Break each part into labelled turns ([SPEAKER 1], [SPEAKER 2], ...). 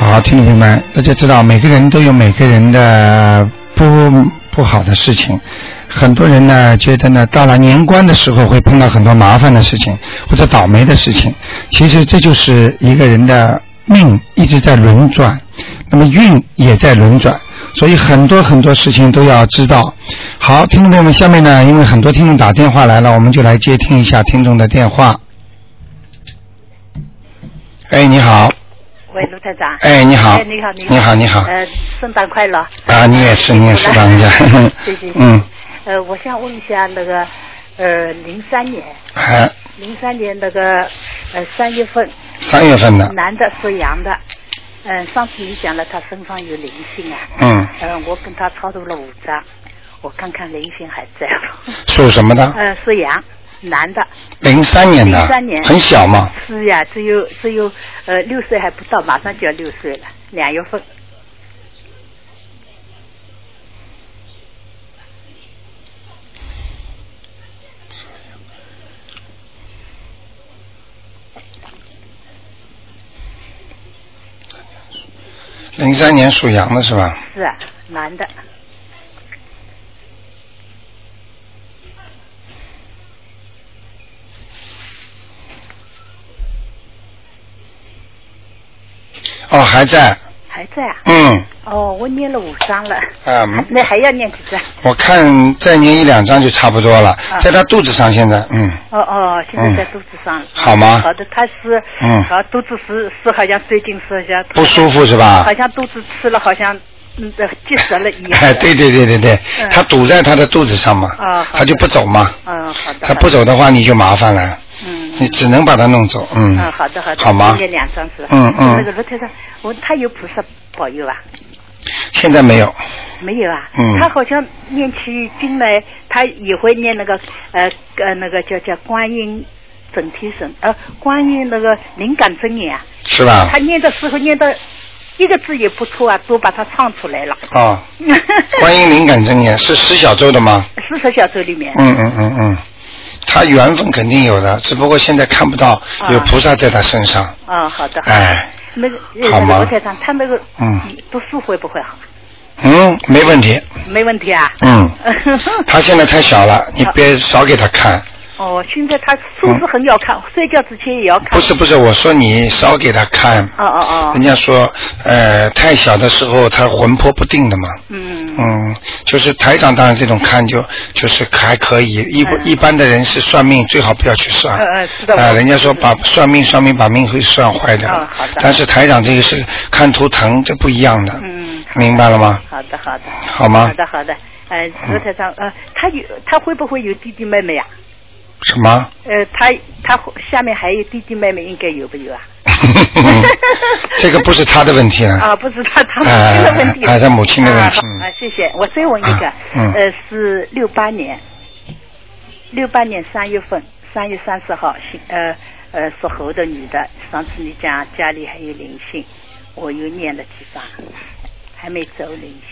[SPEAKER 1] 好，听众朋友们，大家知道，每个人都有每个人的不不好的事情。很多人呢，觉得呢，到了年关的时候会碰到很多麻烦的事情，或者倒霉的事情。其实这就是一个人的命一直在轮转，那么运也在轮转。所以很多很多事情都要知道。好，听众朋友们，下面呢，因为很多听众打电话来了，我们就来接听一下听众的电话。哎，你好，
[SPEAKER 2] 喂，卢台长。
[SPEAKER 1] 哎你好
[SPEAKER 2] 哎，你好，
[SPEAKER 1] 你好你好
[SPEAKER 2] 呃，圣诞快乐。
[SPEAKER 1] 啊，你也是，你也是老人家，
[SPEAKER 2] 谢谢。
[SPEAKER 1] 嗯，
[SPEAKER 2] 呃，我想问一下那个，呃，零三年，
[SPEAKER 1] 哎，
[SPEAKER 2] 零三年那个，呃，三月份，
[SPEAKER 1] 三月份的，
[SPEAKER 2] 男的属羊的，嗯、上次你讲了他身上有灵性啊，
[SPEAKER 1] 嗯，
[SPEAKER 2] 呃，我跟他操作了五张，我看看灵性还在不？
[SPEAKER 1] 属什么的？
[SPEAKER 2] 呃，属羊，男的，
[SPEAKER 1] 零三年的，
[SPEAKER 2] 03年
[SPEAKER 1] 很小嘛，
[SPEAKER 2] 是呀，只有只有呃六岁还不到，马上就要六岁了，两月份。
[SPEAKER 1] 零三年属羊的是吧？
[SPEAKER 2] 是啊，男的，
[SPEAKER 1] 哦，还在，
[SPEAKER 2] 还在啊？
[SPEAKER 1] 嗯，
[SPEAKER 2] 哦，我念了五章了，
[SPEAKER 1] 啊、
[SPEAKER 2] 那还要念几章？
[SPEAKER 1] 我看再捏一两张就差不多了，
[SPEAKER 2] 啊
[SPEAKER 1] 在他肚子上现在，嗯，
[SPEAKER 2] 哦哦，现在在肚子上了。
[SPEAKER 1] 好吗
[SPEAKER 2] 好的，他是，
[SPEAKER 1] 嗯
[SPEAKER 2] 好肚子是是好像最近是好像
[SPEAKER 1] 不舒服是啊吧
[SPEAKER 2] 好？像肚子吃了好像嗯呃结石了一样。
[SPEAKER 1] 哎， 对。对对对对，
[SPEAKER 2] 嗯
[SPEAKER 1] 他堵在他的肚子上嘛，
[SPEAKER 2] 啊好的
[SPEAKER 1] 他就不走嘛，
[SPEAKER 2] 嗯，好的。
[SPEAKER 1] 他不
[SPEAKER 2] 好的。
[SPEAKER 1] 走的话你就麻烦了，
[SPEAKER 2] 嗯。
[SPEAKER 1] 你只能把他弄走，嗯，
[SPEAKER 2] 嗯，好的好的，
[SPEAKER 1] 好吗
[SPEAKER 2] 念两张是吧？
[SPEAKER 1] 嗯嗯
[SPEAKER 2] 那个罗太上，我他有菩萨保佑啊？
[SPEAKER 1] 现在没有，
[SPEAKER 2] 没有啊？
[SPEAKER 1] 嗯
[SPEAKER 2] 他好像念起经来，他也会念那个呃呃那个叫叫观音整体神呃观音那个灵感真言啊。
[SPEAKER 1] 是吧
[SPEAKER 2] 他？念的时候念的一个字也不错啊，都把它唱出来了。
[SPEAKER 1] 哦，观音灵感真言是石小周的吗？
[SPEAKER 2] 四十小周里面，
[SPEAKER 1] 嗯嗯嗯嗯，他缘分肯定有的，只不过现在看不到有
[SPEAKER 2] 啊
[SPEAKER 1] 菩萨在他身上，
[SPEAKER 2] 啊、好的，好的
[SPEAKER 1] 哎，
[SPEAKER 2] 那个呃
[SPEAKER 1] 好
[SPEAKER 2] 那
[SPEAKER 1] 吗
[SPEAKER 2] 个罗台长，他那个
[SPEAKER 1] 嗯
[SPEAKER 2] 读书会不会好？
[SPEAKER 1] 嗯，没问题，
[SPEAKER 2] 没问题啊。
[SPEAKER 1] 嗯。他现在太小了，你别少给他看。
[SPEAKER 2] 哦，现在他书是很要看，睡觉之前也要看。
[SPEAKER 1] 嗯不是不是，我说你少给他看。
[SPEAKER 2] 哦哦
[SPEAKER 1] 人
[SPEAKER 2] 哦，
[SPEAKER 1] 家说，呃，太小的时候他魂魄不定的嘛。
[SPEAKER 2] 嗯，
[SPEAKER 1] 嗯，就是台长，当然这种看就就是还可以，一、
[SPEAKER 2] 嗯
[SPEAKER 1] 一般的人是算命，最好不要去算。
[SPEAKER 2] 嗯嗯知道
[SPEAKER 1] 啊、
[SPEAKER 2] 我
[SPEAKER 1] 人家说把算命算命把命会算坏掉的。
[SPEAKER 2] 嗯好的
[SPEAKER 1] 但是台长这个是看图腾，这不一样的。
[SPEAKER 2] 嗯
[SPEAKER 1] 明白了吗？
[SPEAKER 2] 好的好的，
[SPEAKER 1] 好吗嗯
[SPEAKER 2] 好的好的，呃，罗台长，呃，他有他会不会有弟弟妹妹呀、
[SPEAKER 1] 什 么？
[SPEAKER 2] 呃，他他下面还有弟弟妹妹，应该有不有啊？
[SPEAKER 1] 嗯这个不是他的问题了。
[SPEAKER 2] 啊，不知道他母亲的问题。
[SPEAKER 1] 啊啊啊他母亲的问题
[SPEAKER 2] 啊好啊，谢谢。我再问一个
[SPEAKER 1] 啊，嗯
[SPEAKER 2] 呃，是六八年，六八年三月份，三月三十号，姓呃呃属猴的女的。上次你讲家里还有灵性，我又念了几张，还没走灵性。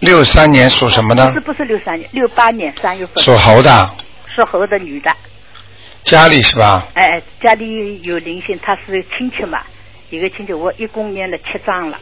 [SPEAKER 1] 六三年属什么呢
[SPEAKER 2] 哦是？不是六三年？六八年三月份，
[SPEAKER 1] 属猴的，
[SPEAKER 2] 属猴的女的。
[SPEAKER 1] 家里是吧？
[SPEAKER 2] 哎、哎，家里有灵性，她是亲戚嘛，一个亲戚，我一共念了七张了。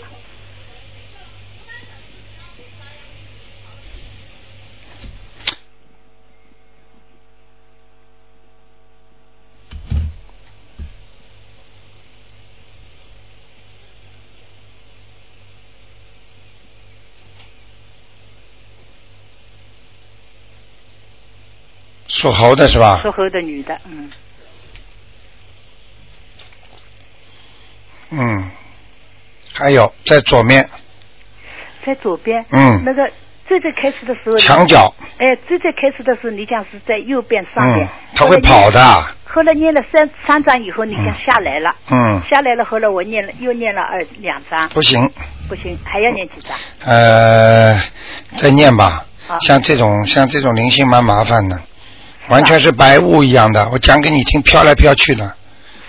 [SPEAKER 1] 属猴的是吧
[SPEAKER 2] 属？猴的女的，嗯，
[SPEAKER 1] 嗯，还有在左面，
[SPEAKER 2] 在左边。
[SPEAKER 1] 嗯
[SPEAKER 2] 那个最最开始的时候，
[SPEAKER 1] 墙角，
[SPEAKER 2] 哎，最最开始的时候，你讲是在右边上面
[SPEAKER 1] 嗯，，他会跑的，
[SPEAKER 2] 后来念。后来念了三三章以后，你讲下来了，
[SPEAKER 1] 嗯，
[SPEAKER 2] 下来了，后来我念了又念了二两章，
[SPEAKER 1] 不行，
[SPEAKER 2] 不行，还要念几啊章？
[SPEAKER 1] 呃，再念吧
[SPEAKER 2] 好。
[SPEAKER 1] 像这种像这种灵性蛮麻烦的，完全是白雾一样的，我讲给你听，飘来飘去的，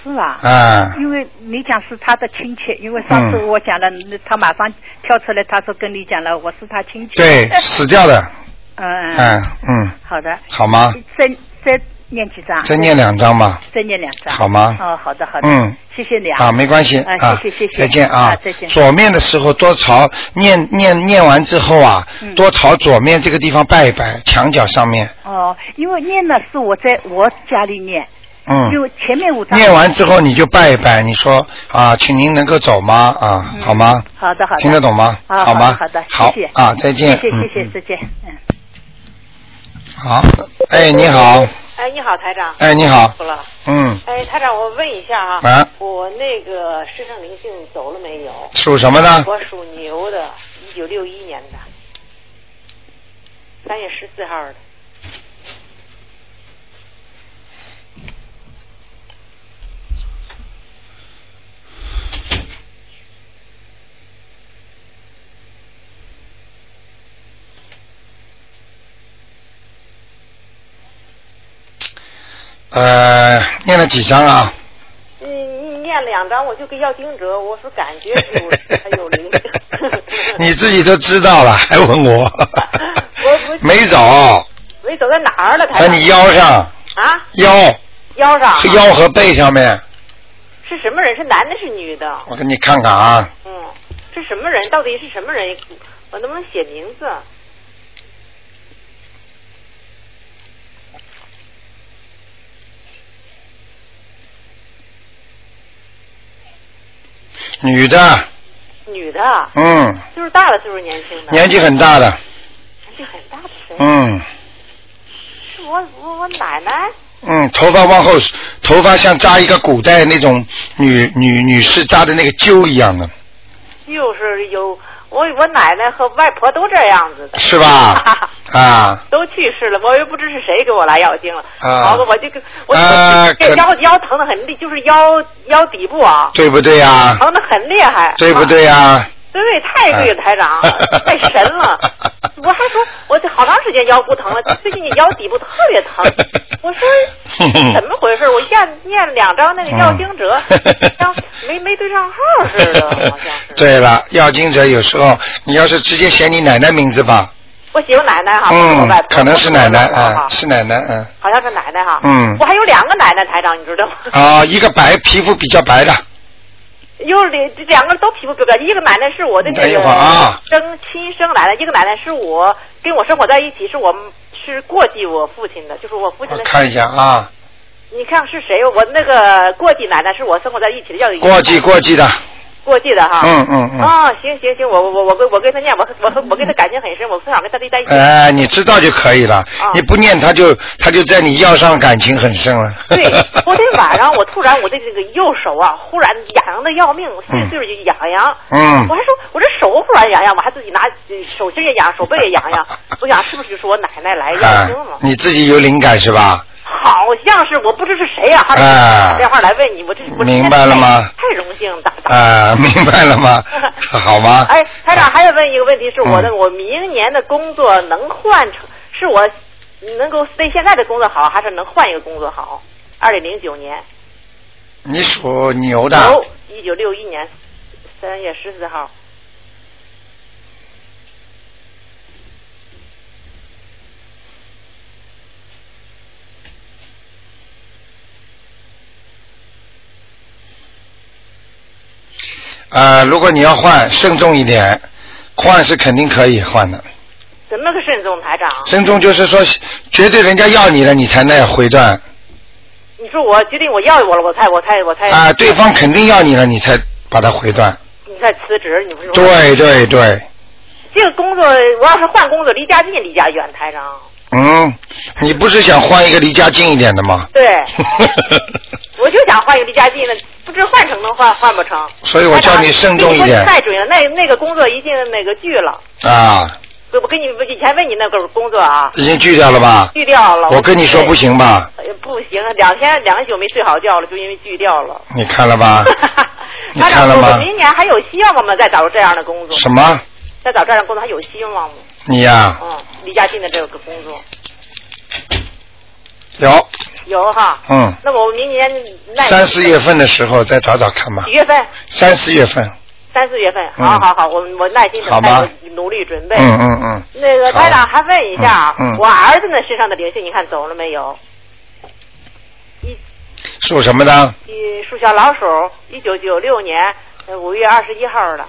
[SPEAKER 2] 是吧？
[SPEAKER 1] 啊，
[SPEAKER 2] 因为你讲是他的亲戚，因为上次
[SPEAKER 1] 嗯
[SPEAKER 2] 我讲了，那他马上跳出来，他说跟你讲了，我是他亲戚。
[SPEAKER 1] 对，死掉的，
[SPEAKER 2] 嗯，嗯，
[SPEAKER 1] 嗯嗯，
[SPEAKER 2] 好的，
[SPEAKER 1] 好吗？
[SPEAKER 2] 再再念几章？
[SPEAKER 1] 再念两张吧，
[SPEAKER 2] 再念两张。
[SPEAKER 1] 好吗
[SPEAKER 2] 哦，好的好的。
[SPEAKER 1] 嗯。
[SPEAKER 2] 谢谢你啊。
[SPEAKER 1] 啊，没关系
[SPEAKER 2] 啊
[SPEAKER 1] 啊
[SPEAKER 2] 谢谢谢，谢
[SPEAKER 1] 再见
[SPEAKER 2] 啊再见
[SPEAKER 1] 左面的时候多朝念念念完之后啊，
[SPEAKER 2] 嗯
[SPEAKER 1] 多朝左面这个地方拜一拜，墙角上面，
[SPEAKER 2] 哦，因为念呢是我在我家里念，
[SPEAKER 1] 嗯，
[SPEAKER 2] 就前面五张。
[SPEAKER 1] 念完之后你就拜一拜，你说啊，请您能够走吗？啊，
[SPEAKER 2] 嗯
[SPEAKER 1] 好吗？
[SPEAKER 2] 好的好的。
[SPEAKER 1] 听得懂吗？
[SPEAKER 2] 啊好的
[SPEAKER 1] 吗？
[SPEAKER 2] 好的
[SPEAKER 1] 好
[SPEAKER 2] 谢谢
[SPEAKER 1] 啊，再见。
[SPEAKER 2] 谢谢谢
[SPEAKER 1] 嗯
[SPEAKER 2] 谢
[SPEAKER 1] 嗯
[SPEAKER 2] 再见，嗯。
[SPEAKER 1] 好，哎，你好，
[SPEAKER 3] 哎，你好，台长。
[SPEAKER 1] 哎，你好，
[SPEAKER 3] 服了。
[SPEAKER 1] 嗯，
[SPEAKER 3] 哎，台长，我问一下啊，
[SPEAKER 1] 啊
[SPEAKER 3] 我那个身上灵性走了没有？
[SPEAKER 1] 属什么呢？
[SPEAKER 3] 我属牛的，一九六一年的，三月十四号的。
[SPEAKER 1] 呃，念了几张啊？。
[SPEAKER 3] 嗯，念两张，我就给要盯着，我是感觉有还有灵 性
[SPEAKER 1] 你自己都知道了，还问我？
[SPEAKER 3] 我不
[SPEAKER 1] 没走，
[SPEAKER 3] 没走在哪儿了，台
[SPEAKER 1] 在
[SPEAKER 3] 长？
[SPEAKER 1] 哎你腰上，
[SPEAKER 3] 啊，
[SPEAKER 1] 腰
[SPEAKER 3] 腰上啊。
[SPEAKER 1] 腰和背上面，
[SPEAKER 3] 是什么人？是男的，是女的？
[SPEAKER 1] 我给你看看啊。
[SPEAKER 3] 嗯，是什么人？到底是什么人？我能不能写名字？
[SPEAKER 1] 女的，
[SPEAKER 3] 女的，
[SPEAKER 1] 嗯，
[SPEAKER 3] 岁数大了，岁数年轻的，
[SPEAKER 1] 年纪很大的，
[SPEAKER 3] 年纪很大的谁？
[SPEAKER 1] 嗯
[SPEAKER 3] 是我我我奶奶？
[SPEAKER 1] 嗯，头发往后，头发像扎一个古代那种女女女士扎的那个揪一样的，
[SPEAKER 3] 就是有我我奶奶和外婆都这样子的，
[SPEAKER 1] 是 吧？啊。
[SPEAKER 3] 都去世了，我也不知是谁给我来药精了。
[SPEAKER 1] 啊
[SPEAKER 3] 好吧，我就跟我、
[SPEAKER 1] 啊
[SPEAKER 3] 我这
[SPEAKER 1] 可
[SPEAKER 3] 腰腰疼的很厉，就是腰腰底部啊，
[SPEAKER 1] 对不对呀、
[SPEAKER 3] 疼的很厉害，
[SPEAKER 1] 对不
[SPEAKER 3] 啊？
[SPEAKER 1] 对呀、
[SPEAKER 3] 对，太对了，台长，太
[SPEAKER 1] 哎
[SPEAKER 3] 神了！我还说，我这好长时间腰不 疼了，最近腰底部特别疼。我说哎怎么回事？我念念了两张那个药经者，
[SPEAKER 1] 嗯
[SPEAKER 3] 像没没对上号似 的，啊好像是。
[SPEAKER 1] 对了，要经者有时候你要是直接写你奶奶名字吧，
[SPEAKER 3] 我媳妇奶奶啊哈，不是我
[SPEAKER 1] 嗯
[SPEAKER 3] 外，婆，
[SPEAKER 1] 可能是奶奶
[SPEAKER 3] 不我外婆
[SPEAKER 1] 啊
[SPEAKER 3] 哈，
[SPEAKER 1] 是奶奶嗯。
[SPEAKER 3] 好像是奶奶哈。
[SPEAKER 1] 嗯
[SPEAKER 3] 我还有两个奶奶，台长，你知道吗？
[SPEAKER 1] 啊，一个白皮肤比较白的，
[SPEAKER 3] 有两这两个人都皮肤比较白，一个奶奶是我的
[SPEAKER 1] 等
[SPEAKER 3] 那
[SPEAKER 1] 一会
[SPEAKER 3] 个
[SPEAKER 1] 儿啊
[SPEAKER 3] 生亲生奶奶，一个奶奶是我跟我生活在一起，是我们是过继我父亲的，就是我父亲
[SPEAKER 1] 我
[SPEAKER 3] 的。
[SPEAKER 1] 看一下啊，
[SPEAKER 3] 你看是谁？我那个过继奶奶是我生活在一起的，要有
[SPEAKER 1] 过继过继的，
[SPEAKER 3] 过继的哈。
[SPEAKER 1] 嗯嗯嗯。
[SPEAKER 3] 哦，行行行，我我我我跟我跟他念，我和我和我跟他感情很深，我从小跟他离在 一起。
[SPEAKER 1] 哎，你知道就可以了，
[SPEAKER 3] 哦
[SPEAKER 1] 你不念他就他就在你腰上感情很深了。
[SPEAKER 3] 对，昨天晚上 我突然我的这个右手啊，忽然痒的要命，碎碎就痒痒。
[SPEAKER 1] 嗯
[SPEAKER 3] 我还说，我这手忽然痒痒，我还自己拿呃手心也痒，手背也痒 痒。我想是不是就是我奶奶来要
[SPEAKER 1] 哎
[SPEAKER 3] 经了？
[SPEAKER 1] 你自己有灵感是吧？
[SPEAKER 3] 好像是，我不知是谁呀、啊，他
[SPEAKER 1] 哎
[SPEAKER 3] 打电话来问你，我这我这
[SPEAKER 1] 明白了吗
[SPEAKER 3] 太荣幸了，打打
[SPEAKER 1] 啊，明白了吗？好吗？
[SPEAKER 3] 哎，台长还要问一个问题，是我的、
[SPEAKER 1] 啊嗯
[SPEAKER 3] 我明年的工作能换成，是我能够对现在的工作好，还是能换一个工作好？二零零九年，
[SPEAKER 1] 你属牛的。
[SPEAKER 3] 牛，一九六一年三月十四号，
[SPEAKER 1] 呃，如果你要换，慎重一点，换是肯定可以换的。
[SPEAKER 3] 怎么个慎重，台长？
[SPEAKER 1] 慎重就是说，绝对人家要你了，你才那回转
[SPEAKER 3] 你说我决定我要我了，我才我才我才
[SPEAKER 1] 啊、对方肯定要你了，你才把它回转。
[SPEAKER 3] 你才辞职，你不是说
[SPEAKER 1] 对对对，
[SPEAKER 3] 这个工作，我要是换工作，离家近离家远，台长。
[SPEAKER 1] 嗯，你不是想换一个离家近一点的吗？
[SPEAKER 3] 对，我就想换一个离家近的，不知换成能换换不成。
[SPEAKER 1] 所以我叫你慎重一点
[SPEAKER 3] 台长你说的太准了，那那个工作已经那个拒了。
[SPEAKER 1] 啊，
[SPEAKER 3] 我我跟你以前问你那个工作啊，
[SPEAKER 1] 已经拒掉了吧？
[SPEAKER 3] 拒掉了。
[SPEAKER 1] 我跟你说不行吧？
[SPEAKER 3] 哎。不行，两天两宿没睡好觉了，就因为拒掉了。？
[SPEAKER 1] 你看了吧 啊你看了
[SPEAKER 3] 台
[SPEAKER 1] 吗
[SPEAKER 3] 长我？明年还有希望吗？再找这样的工作，
[SPEAKER 1] 什么？
[SPEAKER 3] 再找这样的工作还有希望吗？
[SPEAKER 1] 你呀、
[SPEAKER 3] 嗯，离家近的这个工作
[SPEAKER 1] 有，
[SPEAKER 3] 有哈。
[SPEAKER 1] 嗯，
[SPEAKER 3] 那我明年那
[SPEAKER 1] 三四月份的时候再找找看吧
[SPEAKER 3] 几。月份？
[SPEAKER 1] 三四月份，
[SPEAKER 3] 三四月份，
[SPEAKER 1] 嗯
[SPEAKER 3] 好好好，我我耐心
[SPEAKER 1] 好
[SPEAKER 3] 等
[SPEAKER 1] 吧
[SPEAKER 3] 待，我努力准备。
[SPEAKER 1] 嗯嗯嗯，
[SPEAKER 3] 那个台长还问一下，
[SPEAKER 1] 嗯嗯
[SPEAKER 3] 我儿子那身上的灵性，你看走了没有？一
[SPEAKER 1] 属什么的？
[SPEAKER 3] 呃，属小老鼠，一九九六年呃五月二十一号的。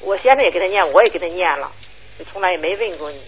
[SPEAKER 3] 我现在也给他念，我也给他念了，从来也没问过你。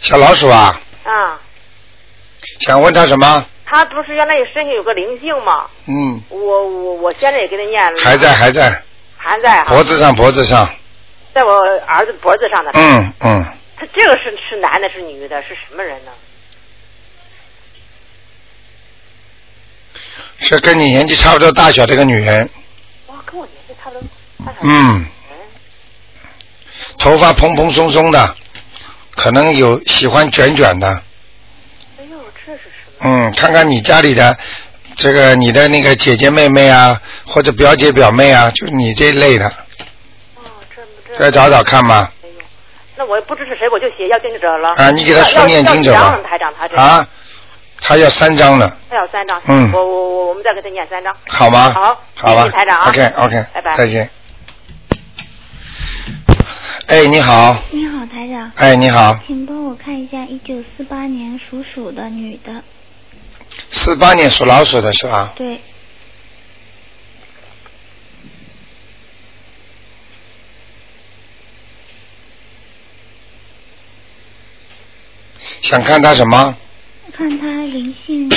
[SPEAKER 1] 小老鼠啊！
[SPEAKER 3] 啊，
[SPEAKER 1] 想问他什么？
[SPEAKER 3] 他不是原来身上有个灵性吗？
[SPEAKER 1] 嗯，
[SPEAKER 3] 我我我现在也给他念了，
[SPEAKER 1] 还在还在
[SPEAKER 3] 还在哈
[SPEAKER 1] 脖子上脖子上。
[SPEAKER 3] 在我儿子脖子上的。
[SPEAKER 1] 嗯嗯，
[SPEAKER 3] 他这个是是男的，是女的，是什么人呢？
[SPEAKER 1] 是跟你年纪差不多大小的一个女人，
[SPEAKER 3] 哇，跟我年纪差不多大小。
[SPEAKER 1] 嗯，头发蓬蓬松松的，可能有喜欢卷卷的。
[SPEAKER 3] 哎呦，这是什么？
[SPEAKER 1] 嗯，看看你家里的这个你的那个姐姐妹妹啊，或者表姐表妹啊，就你这一类的，
[SPEAKER 3] 哦，这这。
[SPEAKER 1] 再找找看嘛。
[SPEAKER 3] 哎呦，那我也不知是谁，我就写要经者了。
[SPEAKER 1] 啊，你给他
[SPEAKER 3] 要
[SPEAKER 1] 书念经者
[SPEAKER 3] 要要
[SPEAKER 1] 吧
[SPEAKER 3] 几张台长他这。。
[SPEAKER 1] 啊，他要三张呢，
[SPEAKER 3] 他要三张。
[SPEAKER 1] 嗯
[SPEAKER 3] 我我我我们再给他念三张。
[SPEAKER 1] 好吗？
[SPEAKER 3] 好
[SPEAKER 1] 好
[SPEAKER 3] 谢
[SPEAKER 1] 吧
[SPEAKER 3] 谢台长啊
[SPEAKER 1] OK OK，
[SPEAKER 3] 拜拜
[SPEAKER 1] 再见。哎，你好，
[SPEAKER 4] 你好，台长，
[SPEAKER 1] 哎，你好，
[SPEAKER 4] 请帮我看一下，一九四八年属鼠的女的，
[SPEAKER 1] 四八年属老鼠的是吧？
[SPEAKER 4] 对，
[SPEAKER 1] 想看他什 么？
[SPEAKER 4] 看她灵性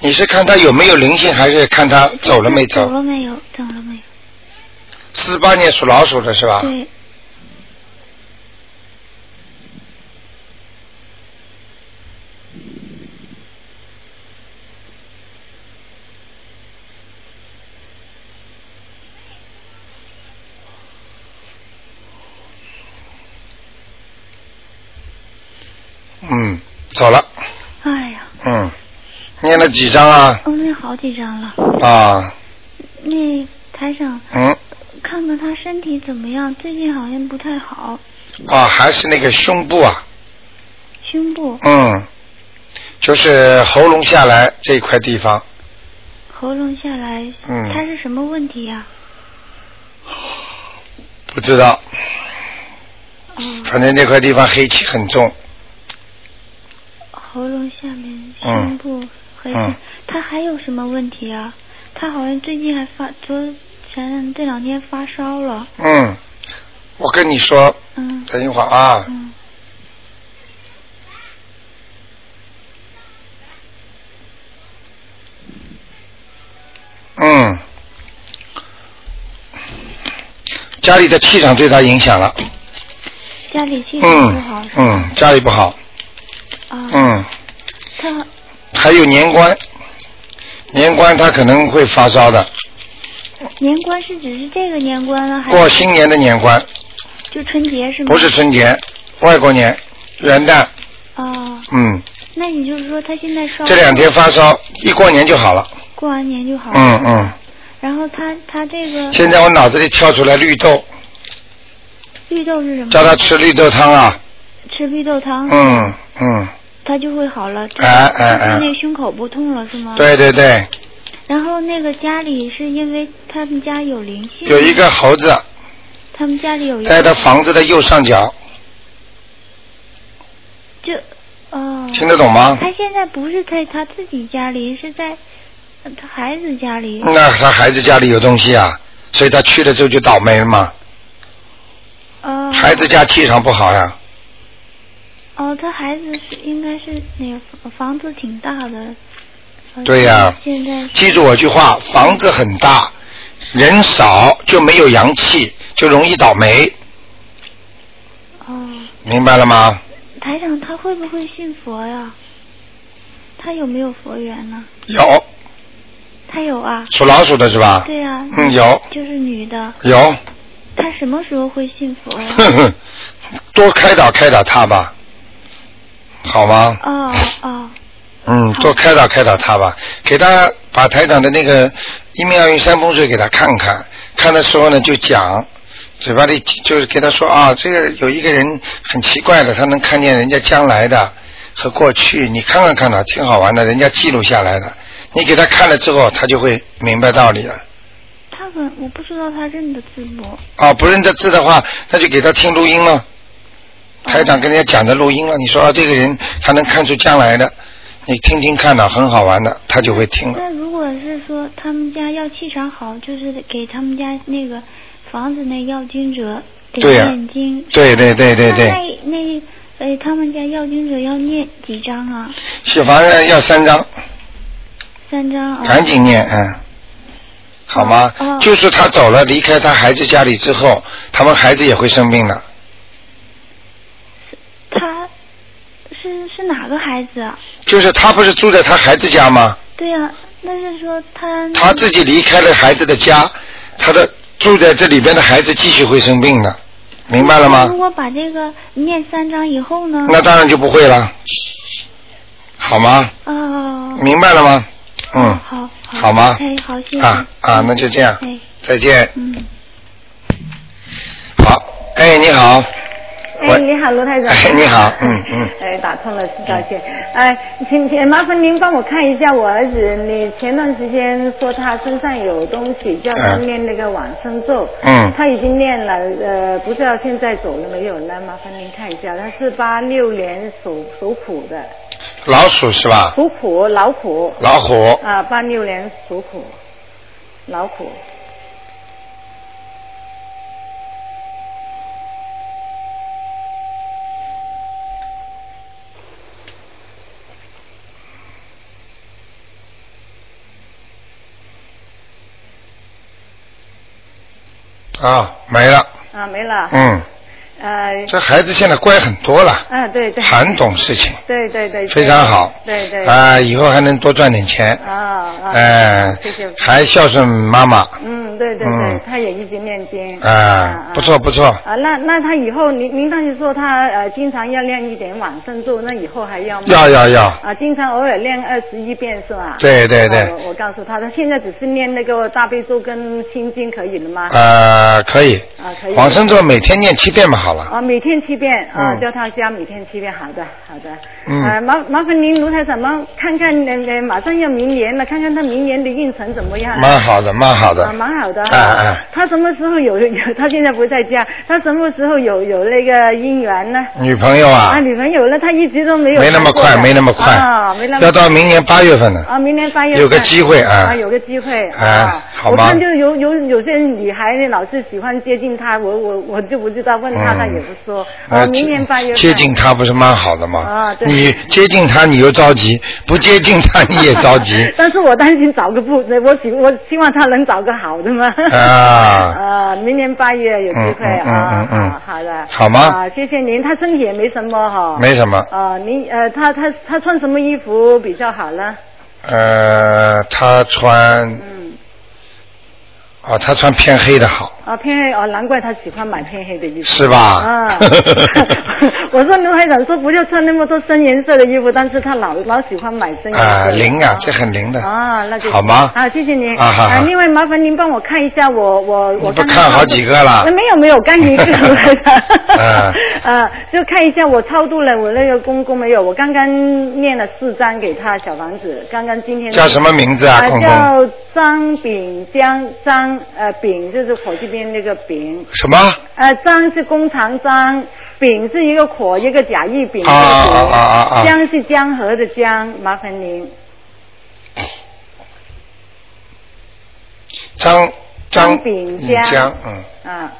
[SPEAKER 1] 你是看他有没有灵性，还是看他 走了没
[SPEAKER 4] 走
[SPEAKER 1] 走？
[SPEAKER 3] 嗯
[SPEAKER 4] 了没有？走了没有？
[SPEAKER 1] 四八年属老鼠的是吧？
[SPEAKER 4] 对，
[SPEAKER 1] 嗯，走了。
[SPEAKER 4] 哎呀，
[SPEAKER 1] 嗯，念了几张啊？
[SPEAKER 4] 我那好几张了。
[SPEAKER 1] 啊，
[SPEAKER 4] 那台长，
[SPEAKER 1] 嗯，
[SPEAKER 4] 看看她身体怎么样？最近好像不太好，
[SPEAKER 1] 啊，还是那个胸部啊，
[SPEAKER 4] 胸部、
[SPEAKER 1] 嗯，就是喉咙下来这一块地方，
[SPEAKER 4] 喉咙下来，
[SPEAKER 1] 嗯
[SPEAKER 4] 她是什么问题啊呀、
[SPEAKER 1] 不知道，
[SPEAKER 4] 嗯，
[SPEAKER 1] 反正那块地方黑气很重，
[SPEAKER 4] 喉咙下面、
[SPEAKER 1] 嗯
[SPEAKER 4] 胸部和
[SPEAKER 1] 嗯
[SPEAKER 4] 她还有什么问题啊？她好像最近还发，昨前这两天发烧了，
[SPEAKER 1] 嗯，我跟你说，
[SPEAKER 4] 嗯
[SPEAKER 1] 等一会儿啊，
[SPEAKER 4] 嗯。
[SPEAKER 1] 嗯，家里的气场对他影响了，
[SPEAKER 4] 家里气场不好
[SPEAKER 1] 嗯
[SPEAKER 4] 是吧？
[SPEAKER 1] 嗯，家里不好，
[SPEAKER 4] 啊，
[SPEAKER 1] 嗯，
[SPEAKER 4] 他
[SPEAKER 1] 还有年关，年关他可能会发烧的，
[SPEAKER 4] 年关是只是这个年关了，还
[SPEAKER 1] 过
[SPEAKER 4] 是
[SPEAKER 1] 新年的年关
[SPEAKER 4] 就春节是吗？
[SPEAKER 1] 不是春节，外国年，元旦，
[SPEAKER 4] 啊，
[SPEAKER 1] 嗯，
[SPEAKER 4] 那你就是说他现在烧
[SPEAKER 1] 这两天发烧，一过年就好了，
[SPEAKER 4] 过完年就好。。
[SPEAKER 1] 嗯嗯。
[SPEAKER 4] 然后他他这个
[SPEAKER 1] 现在我脑子里跳出来绿豆，
[SPEAKER 4] 绿豆是什么？
[SPEAKER 1] 叫他吃绿豆汤啊。
[SPEAKER 4] 吃绿豆汤，
[SPEAKER 1] 嗯嗯，
[SPEAKER 4] 他就会好了。
[SPEAKER 1] 哎哎
[SPEAKER 4] 他那
[SPEAKER 1] 哎，
[SPEAKER 4] 个胸口不痛了是吗？。
[SPEAKER 1] 对对对，
[SPEAKER 4] 然后那个家里是因为他们家有灵性，
[SPEAKER 1] 有一个猴子
[SPEAKER 4] 他们家里有一个
[SPEAKER 1] 在他房子的右上角，
[SPEAKER 4] 就哦，
[SPEAKER 1] 听得懂吗？
[SPEAKER 4] 他现在不是在他自己家里，是在呃他孩子家里。
[SPEAKER 1] 那他孩子家里有东西啊，所以他去了之后就倒霉了嘛。
[SPEAKER 4] 哦。
[SPEAKER 1] 孩子家气场不好呀、
[SPEAKER 4] 哦，他孩子是应该是那个房房子挺大的。呃
[SPEAKER 1] 对呀
[SPEAKER 4] 现在是
[SPEAKER 1] 记住我句话，房子很大，人少就没有阳气，就容易倒霉，
[SPEAKER 4] 哦，
[SPEAKER 1] 明白了吗？
[SPEAKER 4] 台长他会不会信佛呀？他有没有佛缘呢？
[SPEAKER 1] 有
[SPEAKER 4] 他有啊。
[SPEAKER 1] 属老鼠的是吧？
[SPEAKER 4] 对呀、
[SPEAKER 1] 嗯，有
[SPEAKER 4] 就是女的，
[SPEAKER 1] 有，
[SPEAKER 4] 他什么时候会信佛呀？
[SPEAKER 1] 多开导开导他吧，好吗？
[SPEAKER 4] 哦哦。
[SPEAKER 1] 嗯，多开导开导他吧，给他把台长的那个一命二运三风水给他看看，看的时候呢就讲，嘴巴里就是给他说啊，这个有一个人很奇怪的，他能看见人家将来的和过去，你看看看他，挺好玩的，人家记录下来的，你给他看了之后，他就会明白道理了。
[SPEAKER 4] 他们我不知道他认得字哦不？
[SPEAKER 1] 啊，不认得字的话，那就给他听录音了，台长跟人家讲的录音了，你说啊，这个人他能看出将来的。你听听看呢、啊，很好玩的，他就会听了。
[SPEAKER 4] 那如果是说他们家要气场好，就是给他们家那个房子那要经者给念经。
[SPEAKER 1] 对、啊、对对对对。
[SPEAKER 4] 那那呃，他们家要经者要念几张啊？
[SPEAKER 1] 小房子要三张。
[SPEAKER 4] 哦三张啊。
[SPEAKER 1] 赶紧念，嗯，好吗？
[SPEAKER 4] 哦、
[SPEAKER 1] 就是他走了，离开他孩子家里之后，他们孩子也会生病的。
[SPEAKER 4] 他。是是哪个孩子啊？
[SPEAKER 1] 就是他不是住在他孩子家吗？
[SPEAKER 4] 对呀、啊，那是说他。
[SPEAKER 1] 他自己离开了孩子的家，他的住在这里边的孩子继续会生病的，明白了吗？
[SPEAKER 4] 如果把这个念三章以后呢？
[SPEAKER 1] 那当然就不会了，好吗？
[SPEAKER 4] 哦。
[SPEAKER 1] 明白了吗？嗯。
[SPEAKER 4] 哦、好。好
[SPEAKER 1] 吗？
[SPEAKER 4] 哎，好，谢谢。
[SPEAKER 1] 啊啊，那就这样。
[SPEAKER 4] 哎。
[SPEAKER 1] 再见。
[SPEAKER 4] 嗯。
[SPEAKER 1] 好，哎，你好。
[SPEAKER 5] 哎，你好，罗台长。
[SPEAKER 1] 哎，你好，嗯嗯。
[SPEAKER 5] 哎，打通了，抱歉。哎，请请麻烦您帮我看一下我儿子，你前段时间说他身上有东西，叫他念那个往生咒。
[SPEAKER 1] 嗯。
[SPEAKER 5] 他已经念了，呃，不知道现在走了没有呢？麻烦您看一下，他是八六年属属虎的。
[SPEAKER 1] 老鼠是吧？
[SPEAKER 5] 属虎，老虎。
[SPEAKER 1] 老虎。
[SPEAKER 5] 啊，八六年属虎，老虎。
[SPEAKER 1] 啊，没了。
[SPEAKER 5] 啊，没了。
[SPEAKER 1] 嗯。
[SPEAKER 5] 呃。
[SPEAKER 1] 这孩子现在乖很多了。
[SPEAKER 5] 啊，对对。
[SPEAKER 1] 很懂事情。
[SPEAKER 5] 对对对。
[SPEAKER 1] 非常好。
[SPEAKER 5] 对对。
[SPEAKER 1] 啊，以后还能多赚点钱。
[SPEAKER 5] 啊啊。
[SPEAKER 1] 哎。
[SPEAKER 5] 谢谢。
[SPEAKER 1] 还孝顺妈妈。
[SPEAKER 5] 嗯，对对对，他也一直念经。
[SPEAKER 1] 啊，不错不错。
[SPEAKER 5] 啊，那那他以后，您您当时说他呃经常要练一点往生咒，那以后还要吗？
[SPEAKER 1] 要要要。
[SPEAKER 5] 啊，经常偶尔练二十一遍是吧？啊
[SPEAKER 1] 对对对。
[SPEAKER 5] 我告诉他，他现在只是念那个大悲咒跟心经可以了吗？
[SPEAKER 1] 啊。啊，可以。
[SPEAKER 5] 啊，可以。
[SPEAKER 1] 往生咒每天念七遍嘛，好了。
[SPEAKER 5] 啊，每天七遍啊，叫他加每天七遍，好的，好的。
[SPEAKER 1] 嗯。
[SPEAKER 5] 啊，麻麻烦您卢台长帮看看，呃，马上要明年了，看看他明年的运程怎么样。
[SPEAKER 1] 蛮好的，蛮好的。
[SPEAKER 5] 啊，蛮好的。
[SPEAKER 1] 哎哎。
[SPEAKER 5] 他什么时候有 有？他现在不在家，他什么时候有有那个姻缘呢？
[SPEAKER 1] 女朋友啊。
[SPEAKER 5] 啊，女朋友呢？他一直都没有。
[SPEAKER 1] 没那么快，没那么快。
[SPEAKER 5] 啊，没那么。
[SPEAKER 1] 要到明年八月份呢。
[SPEAKER 5] 啊，明年八月份。
[SPEAKER 1] 有个机会
[SPEAKER 5] 啊。啊，有个机会。
[SPEAKER 1] 啊，好
[SPEAKER 5] 吗？我看就有有有些女孩老是。喜欢接近他，我我我就不知道问他，他也不说。啊，明年八月。
[SPEAKER 1] 嗯呃接近他不是蛮好的吗？
[SPEAKER 5] 啊，对。
[SPEAKER 1] 你接近他，你又着急；不接近他，你也着 急。
[SPEAKER 5] 但是我担心找个不，我希我希望他能找个好的嘛。
[SPEAKER 1] 啊。
[SPEAKER 5] 啊，明年八月有机会啊。嗯嗯。好的。
[SPEAKER 1] 好吗？
[SPEAKER 5] 啊，谢谢您。他身体也没什么哈。
[SPEAKER 1] 没什么。
[SPEAKER 5] 啊，您呃，他他他穿什么衣服比较好呢？
[SPEAKER 1] 呃，他穿。嗯。哦，他穿偏黑的好。
[SPEAKER 5] 啊，偏黑哦，难怪他喜欢买偏黑的衣服。
[SPEAKER 1] 是吧？
[SPEAKER 5] 啊， 我说卢海长说不要穿那么多深颜色的衣服，但是他老老喜欢买深颜色。
[SPEAKER 1] 啊，灵啊，这很灵的。
[SPEAKER 5] 啊，那就
[SPEAKER 1] 好吗？
[SPEAKER 5] 啊，谢谢您。
[SPEAKER 1] 啊好。啊，
[SPEAKER 5] 另外麻烦您帮我看一下我我我。
[SPEAKER 1] 不看好几个了。
[SPEAKER 5] 呃没有没有，刚一个 卢海长。
[SPEAKER 1] 啊。
[SPEAKER 5] 啊，就看一下我超度了我那个公公没有？我刚刚念了四张给他小房子，刚刚今天。
[SPEAKER 1] 叫什么名字啊？公公。
[SPEAKER 5] 叫张炳江张。呃，丙就是火字边那个丙。
[SPEAKER 1] 什么？
[SPEAKER 5] 呃，张是工长张，丙是一个火一个甲乙丙。
[SPEAKER 1] 啊啊啊啊啊！
[SPEAKER 5] 江是江河的江，麻烦您。
[SPEAKER 1] 张张
[SPEAKER 5] 丙
[SPEAKER 1] 江，嗯。
[SPEAKER 5] 啊。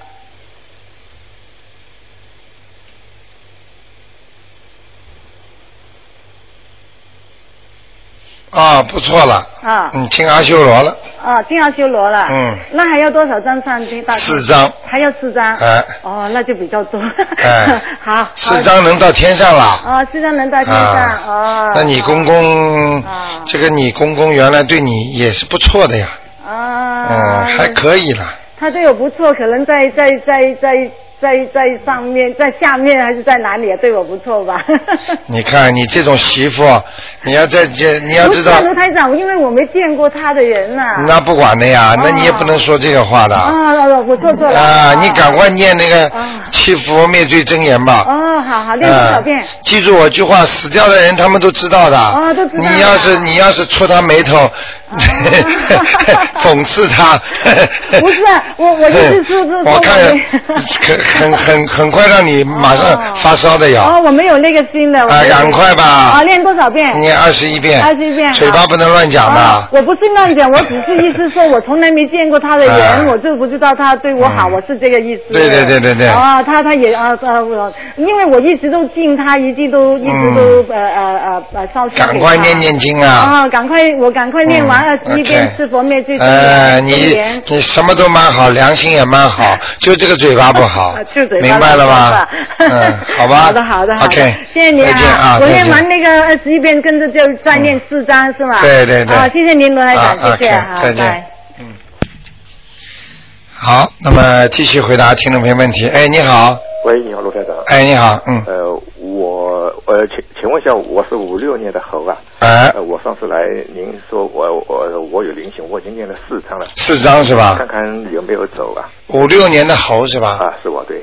[SPEAKER 1] 啊，不错了。
[SPEAKER 5] 啊，
[SPEAKER 1] 嗯，进阿修罗了。
[SPEAKER 5] 啊，进阿修罗了。
[SPEAKER 1] 嗯。
[SPEAKER 5] 那还要多少张上去？大
[SPEAKER 1] 四张。
[SPEAKER 5] 还要四张。
[SPEAKER 1] 哎。
[SPEAKER 5] 哦，那就比较多。
[SPEAKER 1] 哎。
[SPEAKER 5] 好。
[SPEAKER 1] 四张能到天上了。啊
[SPEAKER 5] 啊，四张能到天上哦。啊
[SPEAKER 1] 那你公公，这个你公公原来对你也是不错的呀。嗯
[SPEAKER 5] 啊。
[SPEAKER 1] 嗯，还可以了。
[SPEAKER 5] 他对我不错，可能在在在在在在上面，在下面还是在哪里啊？对我不错吧？
[SPEAKER 1] 你看你这种媳妇，你要在这，你要知 道。
[SPEAKER 5] 卢台长，因为我没见过他的人呐、啊。
[SPEAKER 1] 那不管的呀，那你也不能说这个话的。
[SPEAKER 5] 啊，啊我做错了。啊，
[SPEAKER 1] 你赶快念那个七佛灭罪真言吧。
[SPEAKER 5] 哦，好好念多少遍？
[SPEAKER 1] 嗯记住我句话，死掉的人他们都知道的。
[SPEAKER 5] 哦，都知道。哦
[SPEAKER 1] 你要是你要是戳他眉 头。 讽刺他
[SPEAKER 5] 不是、啊、我，我就是说说
[SPEAKER 1] 我看很很很很快让你马上发烧的呀。
[SPEAKER 5] 哦，我没有那个心的。
[SPEAKER 1] 啊，赶快吧！啊，
[SPEAKER 5] 练多少遍？
[SPEAKER 1] 念二十一遍。
[SPEAKER 5] 二十一遍。哦
[SPEAKER 1] 嘴巴不能乱讲的、啊。
[SPEAKER 5] 我不是乱讲，我只是意思说，我从来没见过他的人，啊、我就不知道他对我好，嗯、我是这个意思。
[SPEAKER 1] 哎对对对对对。
[SPEAKER 5] 啊，他他也啊啊，我因为我一直都敬他，一直都一直都、嗯、呃呃呃呃烧
[SPEAKER 1] 赶快念念经啊！
[SPEAKER 5] 啊，赶快我赶快念完。嗯二十一遍是佛灭罪真呃，
[SPEAKER 1] 哎你你什么都蛮好，良心也蛮好，就这个嘴巴不好，
[SPEAKER 5] 啊就嘴巴
[SPEAKER 1] 啊明白了吧？嗯，好吧。
[SPEAKER 5] 好的，好的。
[SPEAKER 1] OK，
[SPEAKER 5] 谢谢您啊！我念完那个二十一遍，跟着就再念四张是吧？
[SPEAKER 1] 对对对。
[SPEAKER 5] 啊，谢谢您，罗台长，
[SPEAKER 1] 谢谢，
[SPEAKER 5] 好，
[SPEAKER 1] 再见。嗯。好，那么继续回答听众朋友问题。哎，你好。
[SPEAKER 6] 喂，你好，罗台长。
[SPEAKER 1] 哎，你好，嗯。
[SPEAKER 6] 呃，我呃，请请问一下，我是五六年的猴啊。
[SPEAKER 1] 哎、
[SPEAKER 6] 呃。我上次来，您说我我我有灵性，我已经念了四张了。
[SPEAKER 1] 四张是吧？
[SPEAKER 6] 看看有没有走啊。
[SPEAKER 1] 五六年的猴是吧？
[SPEAKER 6] 啊，是我对。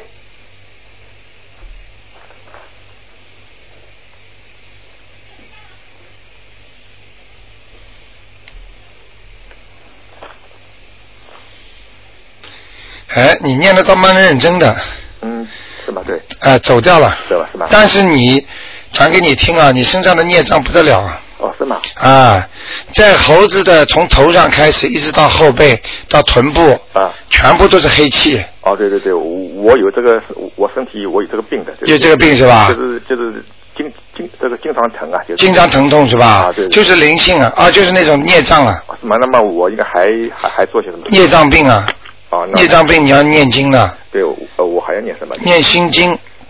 [SPEAKER 1] 哎，你念的倒蛮认真的。
[SPEAKER 6] 嗯，是吗？对。
[SPEAKER 1] 呃，走掉了。
[SPEAKER 6] 走了是吗？
[SPEAKER 1] 但是你讲给你听啊，你身上的孽障不得了啊。
[SPEAKER 6] 哦，是吗？
[SPEAKER 1] 啊，在猴子的从头上开始，一直到后背到臀部
[SPEAKER 6] 啊，
[SPEAKER 1] 全部都是黑气。
[SPEAKER 6] 哦，对对对，我有这个，我身体我有这个病的。对对
[SPEAKER 1] 有这个病是吧？
[SPEAKER 6] 就是就是经经这个经常疼啊，就是、
[SPEAKER 1] 经常疼痛是吧？
[SPEAKER 6] 啊，对,对。
[SPEAKER 1] 就是灵性啊，啊，就是那种孽障啊。
[SPEAKER 6] 什哦么？那么我应该还还还做些什么？
[SPEAKER 1] 孽障病啊。
[SPEAKER 6] 哦、
[SPEAKER 1] 孽障病你要念经的。
[SPEAKER 6] 对，呃，我还要念什么？
[SPEAKER 1] 念心经。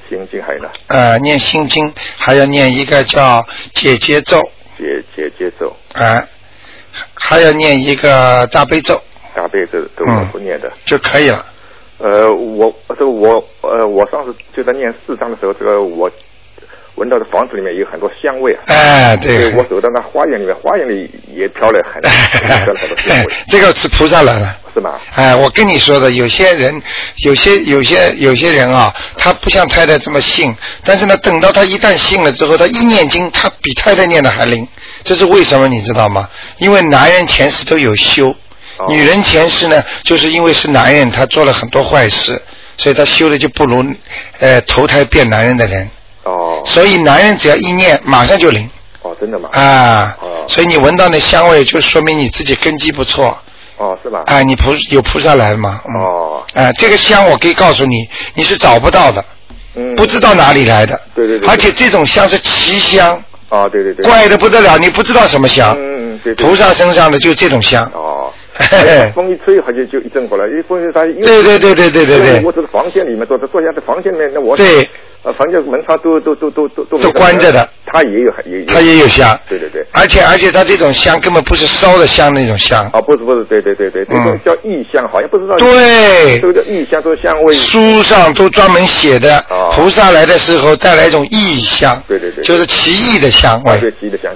[SPEAKER 6] 心经还有呢。
[SPEAKER 1] 呃，念心经，还要念一个叫解结咒。
[SPEAKER 6] 解解结咒。
[SPEAKER 1] 哎、呃，还要念一个大悲咒。
[SPEAKER 6] 大悲咒都我不念的、嗯。
[SPEAKER 1] 就可以了。
[SPEAKER 6] 呃，我这个我呃，我上次就在念四章的时候，这个我闻到的房子里面有很多香味啊。
[SPEAKER 1] 哎、呃，对。
[SPEAKER 6] 我走到那花园里面，花园里也飘了 很飘了很多香味。
[SPEAKER 1] 这个是菩萨来了。
[SPEAKER 6] 是吗？
[SPEAKER 1] 哎，我跟你说的，有些人，有些有些有些人啊，他不像太太这么信，但是呢，等到他一旦信了之后，他一念经，他比太太念的还灵，这是为什么？你知道吗？因为男人前世都有修，
[SPEAKER 6] 哦、
[SPEAKER 1] 女人前世呢，就是因为是男人，他做了很多坏事，所以他修的就不如，呃，投胎变男人的人。
[SPEAKER 6] 哦。
[SPEAKER 1] 所以男人只要一念，马上就灵。
[SPEAKER 6] 哦，真的吗？
[SPEAKER 1] 啊。
[SPEAKER 6] 哦。
[SPEAKER 1] 所以你闻到那香味，就说明你自己根基不错。
[SPEAKER 6] 哦，是吧？
[SPEAKER 1] 哎，你菩有菩萨来嘛？
[SPEAKER 6] 嗯、哦，
[SPEAKER 1] 哎，这个香我可以告诉你，你是找不到的，
[SPEAKER 6] 嗯，
[SPEAKER 1] 不知道哪里来的，
[SPEAKER 6] 对对对，
[SPEAKER 1] 而且这种香是奇香，
[SPEAKER 6] 哦，对对对，
[SPEAKER 1] 怪的不得了，你不知道什么香，
[SPEAKER 6] 嗯嗯对，
[SPEAKER 1] 菩萨身上的就这种香，
[SPEAKER 6] 哦。哎、风一吹，好像就一阵过来。一风一吹，
[SPEAKER 1] 对对对对对对对。
[SPEAKER 6] 我这个房间里面坐着，坐下在房间里面，那 我
[SPEAKER 1] 对，
[SPEAKER 6] 呃，房间门窗都都都都都
[SPEAKER 1] 都关着的。
[SPEAKER 6] 它也有，也
[SPEAKER 1] 它也有香。
[SPEAKER 6] 对对对。
[SPEAKER 1] 而且而且，它这种香根本不是烧的香那种香。
[SPEAKER 6] 啊，不是不是，对对对对，这种叫异香，好像不知道。
[SPEAKER 1] 对。
[SPEAKER 6] 这个叫异香，这个香味。
[SPEAKER 1] 书上都专门写的，菩萨来的时候带来一种异香。
[SPEAKER 6] 哦对对对。哦
[SPEAKER 1] 就是奇异的香味。
[SPEAKER 6] 对奇异的香。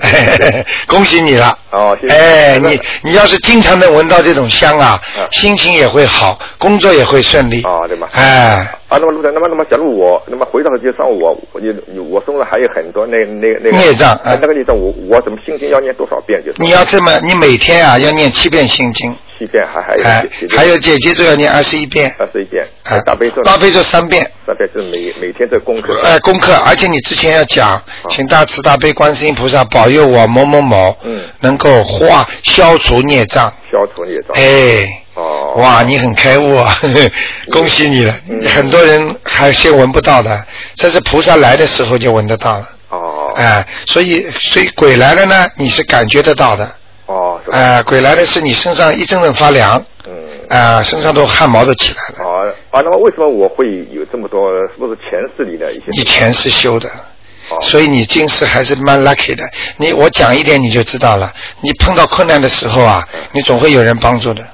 [SPEAKER 1] 恭喜你了。
[SPEAKER 6] 哦，谢谢。
[SPEAKER 1] 哎，你你要是经常的闻。到这种香啊，心情也会好，工作也会顺利。
[SPEAKER 6] 啊，对吗？
[SPEAKER 1] 哎，
[SPEAKER 6] 啊，那么那么那么那么，假如我那么回到街上，我我我身上还有很多那那那个
[SPEAKER 1] 孽障，
[SPEAKER 6] 那个孽障，我我怎么心经要念多少遍？就是
[SPEAKER 1] 你要这么，你每天啊要念七遍心经，
[SPEAKER 6] 哎七遍还还
[SPEAKER 1] 有还有姐姐咒要念二十一遍，哎
[SPEAKER 6] 二十一遍，大悲咒
[SPEAKER 1] 大悲咒三遍，
[SPEAKER 6] 三遍是每每天这功课。
[SPEAKER 1] 哎，功课，而且你之前要讲，请大慈大悲观世音菩萨保佑我某某某，
[SPEAKER 6] 嗯，
[SPEAKER 1] 能够化消除孽障。
[SPEAKER 6] 消除孽障。
[SPEAKER 1] 哎，
[SPEAKER 6] 哦，
[SPEAKER 1] 哇，你很开悟啊，呵 呵恭喜你了！嗯、很多人还先闻不到的，这是菩萨来的时候就闻得到了。
[SPEAKER 6] 哦，
[SPEAKER 1] 哎，所以所以鬼来了呢，你是感觉得到的。
[SPEAKER 6] 哦，
[SPEAKER 1] 哎、呃，鬼来的是你身上一阵阵发凉。
[SPEAKER 6] 嗯。
[SPEAKER 1] 啊、呃，身上都汗毛都起来了。
[SPEAKER 6] 哦，啊，那么为什么我会有这么多？是不是前世里的一些？
[SPEAKER 1] 你前世修的。
[SPEAKER 6] 哦、
[SPEAKER 1] 所以你今世还是蛮 lucky 的，
[SPEAKER 6] 嗯
[SPEAKER 1] 你我讲一点你就知道了。你碰到困难的时候啊，你总会有人帮助的。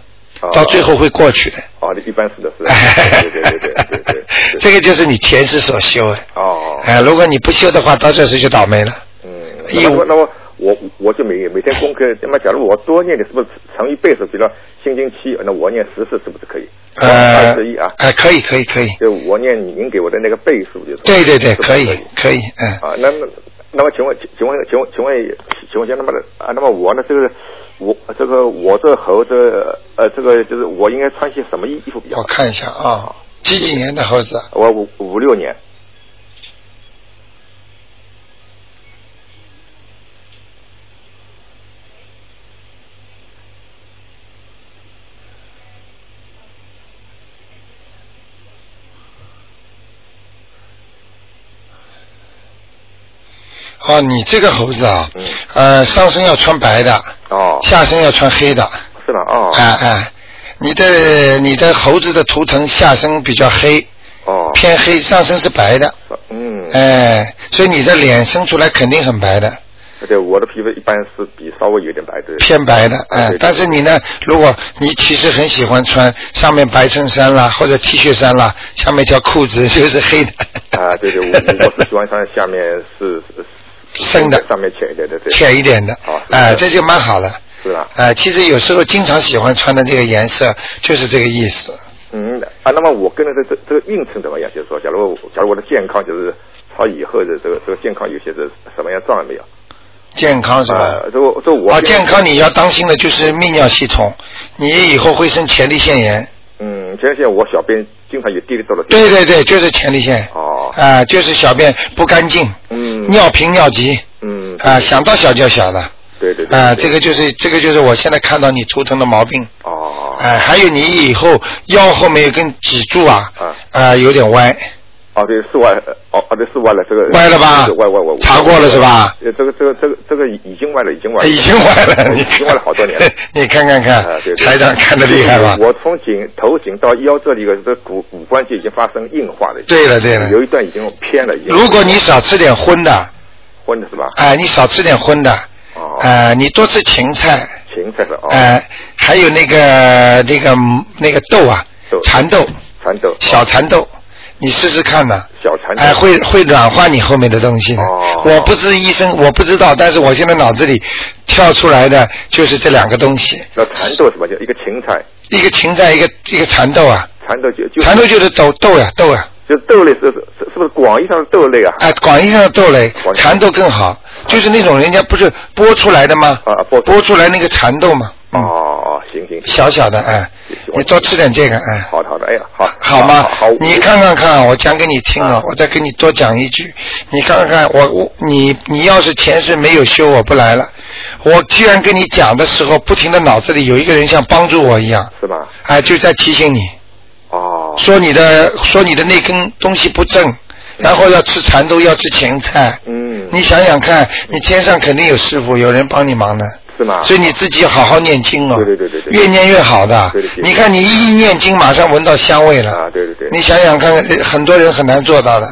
[SPEAKER 1] 到最后会过去的。
[SPEAKER 6] 哦，一般是的，是的，哦对对对对对对对。
[SPEAKER 1] 这个就是你前世所修啊。
[SPEAKER 6] 哦。
[SPEAKER 1] 哎，如果你不修的话，到这时就倒霉了。
[SPEAKER 6] 嗯。那么，那么我我就每每天功课，那么假如我多念点，是不是乘一倍数？比如说心经七，那我念十次，是不是可以？
[SPEAKER 1] 呃，
[SPEAKER 6] 二十一啊。
[SPEAKER 1] 哎，可以可以可以。
[SPEAKER 6] 就我念您给我的那个倍数，就是。
[SPEAKER 1] 对对对，可以可以，嗯。
[SPEAKER 6] 啊，那么。那么请问，请问，请问，请问，请问一下，那么啊，那么我呢，这个我这个我这猴子，呃，这个就是我应该穿些什么衣衣服比较好？
[SPEAKER 1] 我看一下啊，几几年的猴子？啊
[SPEAKER 6] 我五五六年。
[SPEAKER 1] 哦，你这个猴子啊，呃，上身要穿白的，
[SPEAKER 6] 嗯哦，
[SPEAKER 1] 下身要穿黑的，
[SPEAKER 6] 是吧？哦，
[SPEAKER 1] 哎哎，你的你的猴子的图腾下身比较黑，
[SPEAKER 6] 哦，
[SPEAKER 1] 偏黑，上身是白的，
[SPEAKER 6] 嗯，
[SPEAKER 1] 哎，所以你的脸生出来肯定很白的。
[SPEAKER 6] 对，我的皮肤一般是比稍微有点白的，啊
[SPEAKER 1] 偏白的，哎，但是你呢，如果你其实很喜欢穿上面白衬衫啦，或者 T 恤衫啦，下面一条裤子 就是黑的。
[SPEAKER 6] 啊，对对，我 我是喜欢穿下面是。
[SPEAKER 1] 深的，
[SPEAKER 6] 上面浅一点的，对，
[SPEAKER 1] 浅一点的，哎，这就蛮好了，
[SPEAKER 6] 是啊吧？
[SPEAKER 1] 哎，其实有时候经常喜欢穿的这个颜色就是这个意思。
[SPEAKER 6] 嗯啊，那么我跟这这这个运程怎么样？就是说，假如假如我的健康就是他以后的这个这个健康有些是什么样状况没有？
[SPEAKER 1] 健康是吧？
[SPEAKER 6] 啊，这我这我
[SPEAKER 1] 啊，健康你要当心的就是泌尿系统，你以后会生前列腺炎。
[SPEAKER 6] 嗯，前列腺我小便经常有滴到了。
[SPEAKER 1] 对对对，就是前列腺。
[SPEAKER 6] 哦。
[SPEAKER 1] 啊，就是小便不干净。
[SPEAKER 6] 嗯。
[SPEAKER 1] 尿频尿急。
[SPEAKER 6] 嗯。
[SPEAKER 1] 啊，想到小就小了。
[SPEAKER 6] 对对。
[SPEAKER 1] 啊，这个就是这个就是我现在看到你头疼的毛病。
[SPEAKER 6] 哦。
[SPEAKER 1] 哎，还有你以后腰后面有根脊柱啊，啊有点歪。
[SPEAKER 6] 哦对，是歪，哦哦对是歪了这个。
[SPEAKER 1] 歪了吧？
[SPEAKER 6] 歪歪歪。
[SPEAKER 1] 查过了是吧？
[SPEAKER 6] 呃，这个这个这个这个已经歪了，已经 歪了。哦
[SPEAKER 1] 已经歪了，
[SPEAKER 6] 已经歪了好 多年了。啊
[SPEAKER 1] 你看看看，台长看的厉害吧？
[SPEAKER 6] 我从颈头颈到腰这里个这骨骨关节已经发生硬化了。
[SPEAKER 1] 对了对了，
[SPEAKER 6] 有一段已经偏了。已经。
[SPEAKER 1] 如果你少吃点荤的，
[SPEAKER 6] 荤的是吧？哦
[SPEAKER 1] 哎，你少吃点荤的，哎，你多吃芹菜，
[SPEAKER 6] 芹菜的哦。
[SPEAKER 1] 哎，还有那个那个那个豆啊，蚕豆，
[SPEAKER 6] 蚕豆，
[SPEAKER 1] 小蚕豆。你试试看呐、
[SPEAKER 6] 小蚕
[SPEAKER 1] 哎，会会软化你后面的东西的。
[SPEAKER 6] 哦、
[SPEAKER 1] 我不是医生，我不知道，但是我现在脑子里跳出来的就是这两个东西，
[SPEAKER 6] 那蚕豆是吧？就一个芹菜，
[SPEAKER 1] 一个芹菜，一个一个蚕豆啊。
[SPEAKER 6] 蚕豆就就
[SPEAKER 1] 蚕豆就是豆豆呀，豆呀。
[SPEAKER 6] 就豆类是是是不是广义上的豆类啊？
[SPEAKER 1] 哎，广义上的豆类，蚕豆更好，就是那种人家不是剥出来的吗？
[SPEAKER 6] 啊，剥
[SPEAKER 1] 剥出来那个蚕豆嘛。嗯
[SPEAKER 6] 哦哦，行行，
[SPEAKER 1] 小小的哎，你多吃点这个哎。
[SPEAKER 6] 好的好的，哎呀，好，
[SPEAKER 1] 好吗？
[SPEAKER 6] 好，
[SPEAKER 1] 你看看看，我讲给你听啊，我再给你多讲一句，你看看看，我我你你要是前世没有修，我不来了。我居然跟你讲的时候，不停的脑子里有一个人像帮助我一样，
[SPEAKER 6] 是吧？
[SPEAKER 1] 哎，就在提醒你，
[SPEAKER 6] 哦，
[SPEAKER 1] 说你的说你的那根东西不正，然后要吃蚕豆，要吃芹菜。
[SPEAKER 6] 嗯，
[SPEAKER 1] 你想想看，你天上肯定有师傅，有人帮你忙的。
[SPEAKER 6] 是吗？
[SPEAKER 1] 所以你自己好好念经哦，
[SPEAKER 6] 啊对对对对对，
[SPEAKER 1] 越念越好的
[SPEAKER 6] 对对。对
[SPEAKER 1] 你看你一念经，马上闻到香味了。
[SPEAKER 6] 啊，对对对，
[SPEAKER 1] 你想想看，很多人很难做到的。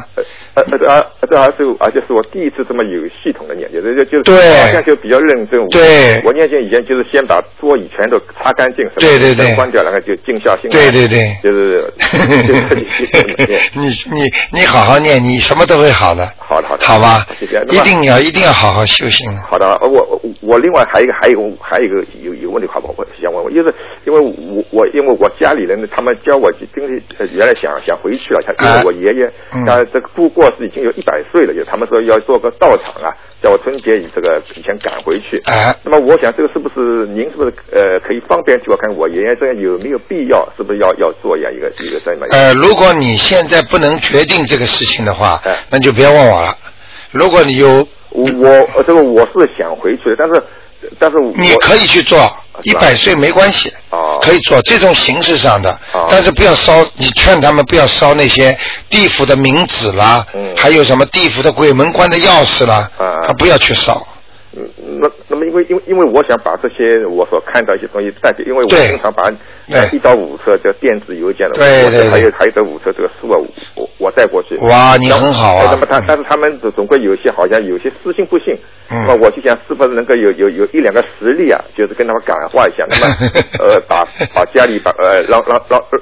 [SPEAKER 6] 呃呃这啊这还是而且是我第一次这么有系统的念经，就就
[SPEAKER 1] 对
[SPEAKER 6] 好像就比较认真。
[SPEAKER 1] 对
[SPEAKER 6] 我念经以前就是先把桌椅全都擦干净，是吧
[SPEAKER 1] 对对对
[SPEAKER 6] 灯关掉，然后就静下心来。
[SPEAKER 1] 对对对
[SPEAKER 6] 就是就是
[SPEAKER 1] 你你你好好念，你什么都会好的，
[SPEAKER 6] 好的好的，
[SPEAKER 1] 好吧
[SPEAKER 6] 谢谢。？那
[SPEAKER 1] 一
[SPEAKER 6] 么
[SPEAKER 1] 定要一定要好好修行了。
[SPEAKER 6] 好的，呃我我我另外还有一个还有一个还有一个有有个问题，好不好？我想问问，就是因为我我因为我家里人他们教我，跟呃原来想想回去了，想因为我爷爷
[SPEAKER 1] 嗯
[SPEAKER 6] 他这个过过世已经有一百岁了，就他们说要做个道场啊，叫我春节以这个以前赶回去。
[SPEAKER 1] 哎，
[SPEAKER 6] 那么我想这个是不是您是不是呃可以方便替我看我爷爷这样有没有必要，是不是要要做一样一个一个这么一个？
[SPEAKER 1] 呃，如果你现在不能决定这个事情的话，
[SPEAKER 6] 哎
[SPEAKER 1] 那就别问我了。如果你有，
[SPEAKER 6] 我我这个我是想回去的，但是但是我
[SPEAKER 1] 你可以去做，一
[SPEAKER 6] 是吧
[SPEAKER 1] 百岁没关系。
[SPEAKER 6] 哦
[SPEAKER 1] 可以做这种形式上的，
[SPEAKER 6] 哦
[SPEAKER 1] 但是不要烧，你劝他们不要烧那些地府的冥纸啦，还有什么地府的鬼门关的钥匙啦，
[SPEAKER 6] 嗯
[SPEAKER 1] 啊，不要去烧。
[SPEAKER 6] 嗯，那那么么因为因为因为我想把这些我所看到一些东西带给，因为我经常把呃一到五车叫电子邮件的，
[SPEAKER 1] 对对对
[SPEAKER 6] 还有还有这五车这个书啊，我我带过去。
[SPEAKER 1] 哇，你很好啊！
[SPEAKER 6] 那么他但是他们总归有些好像有些私信不信，
[SPEAKER 1] 嗯
[SPEAKER 6] 那么我就想是不是能够有有有一两个实例啊，就是跟他们感化一下，那么呃把把家里把呃让让让让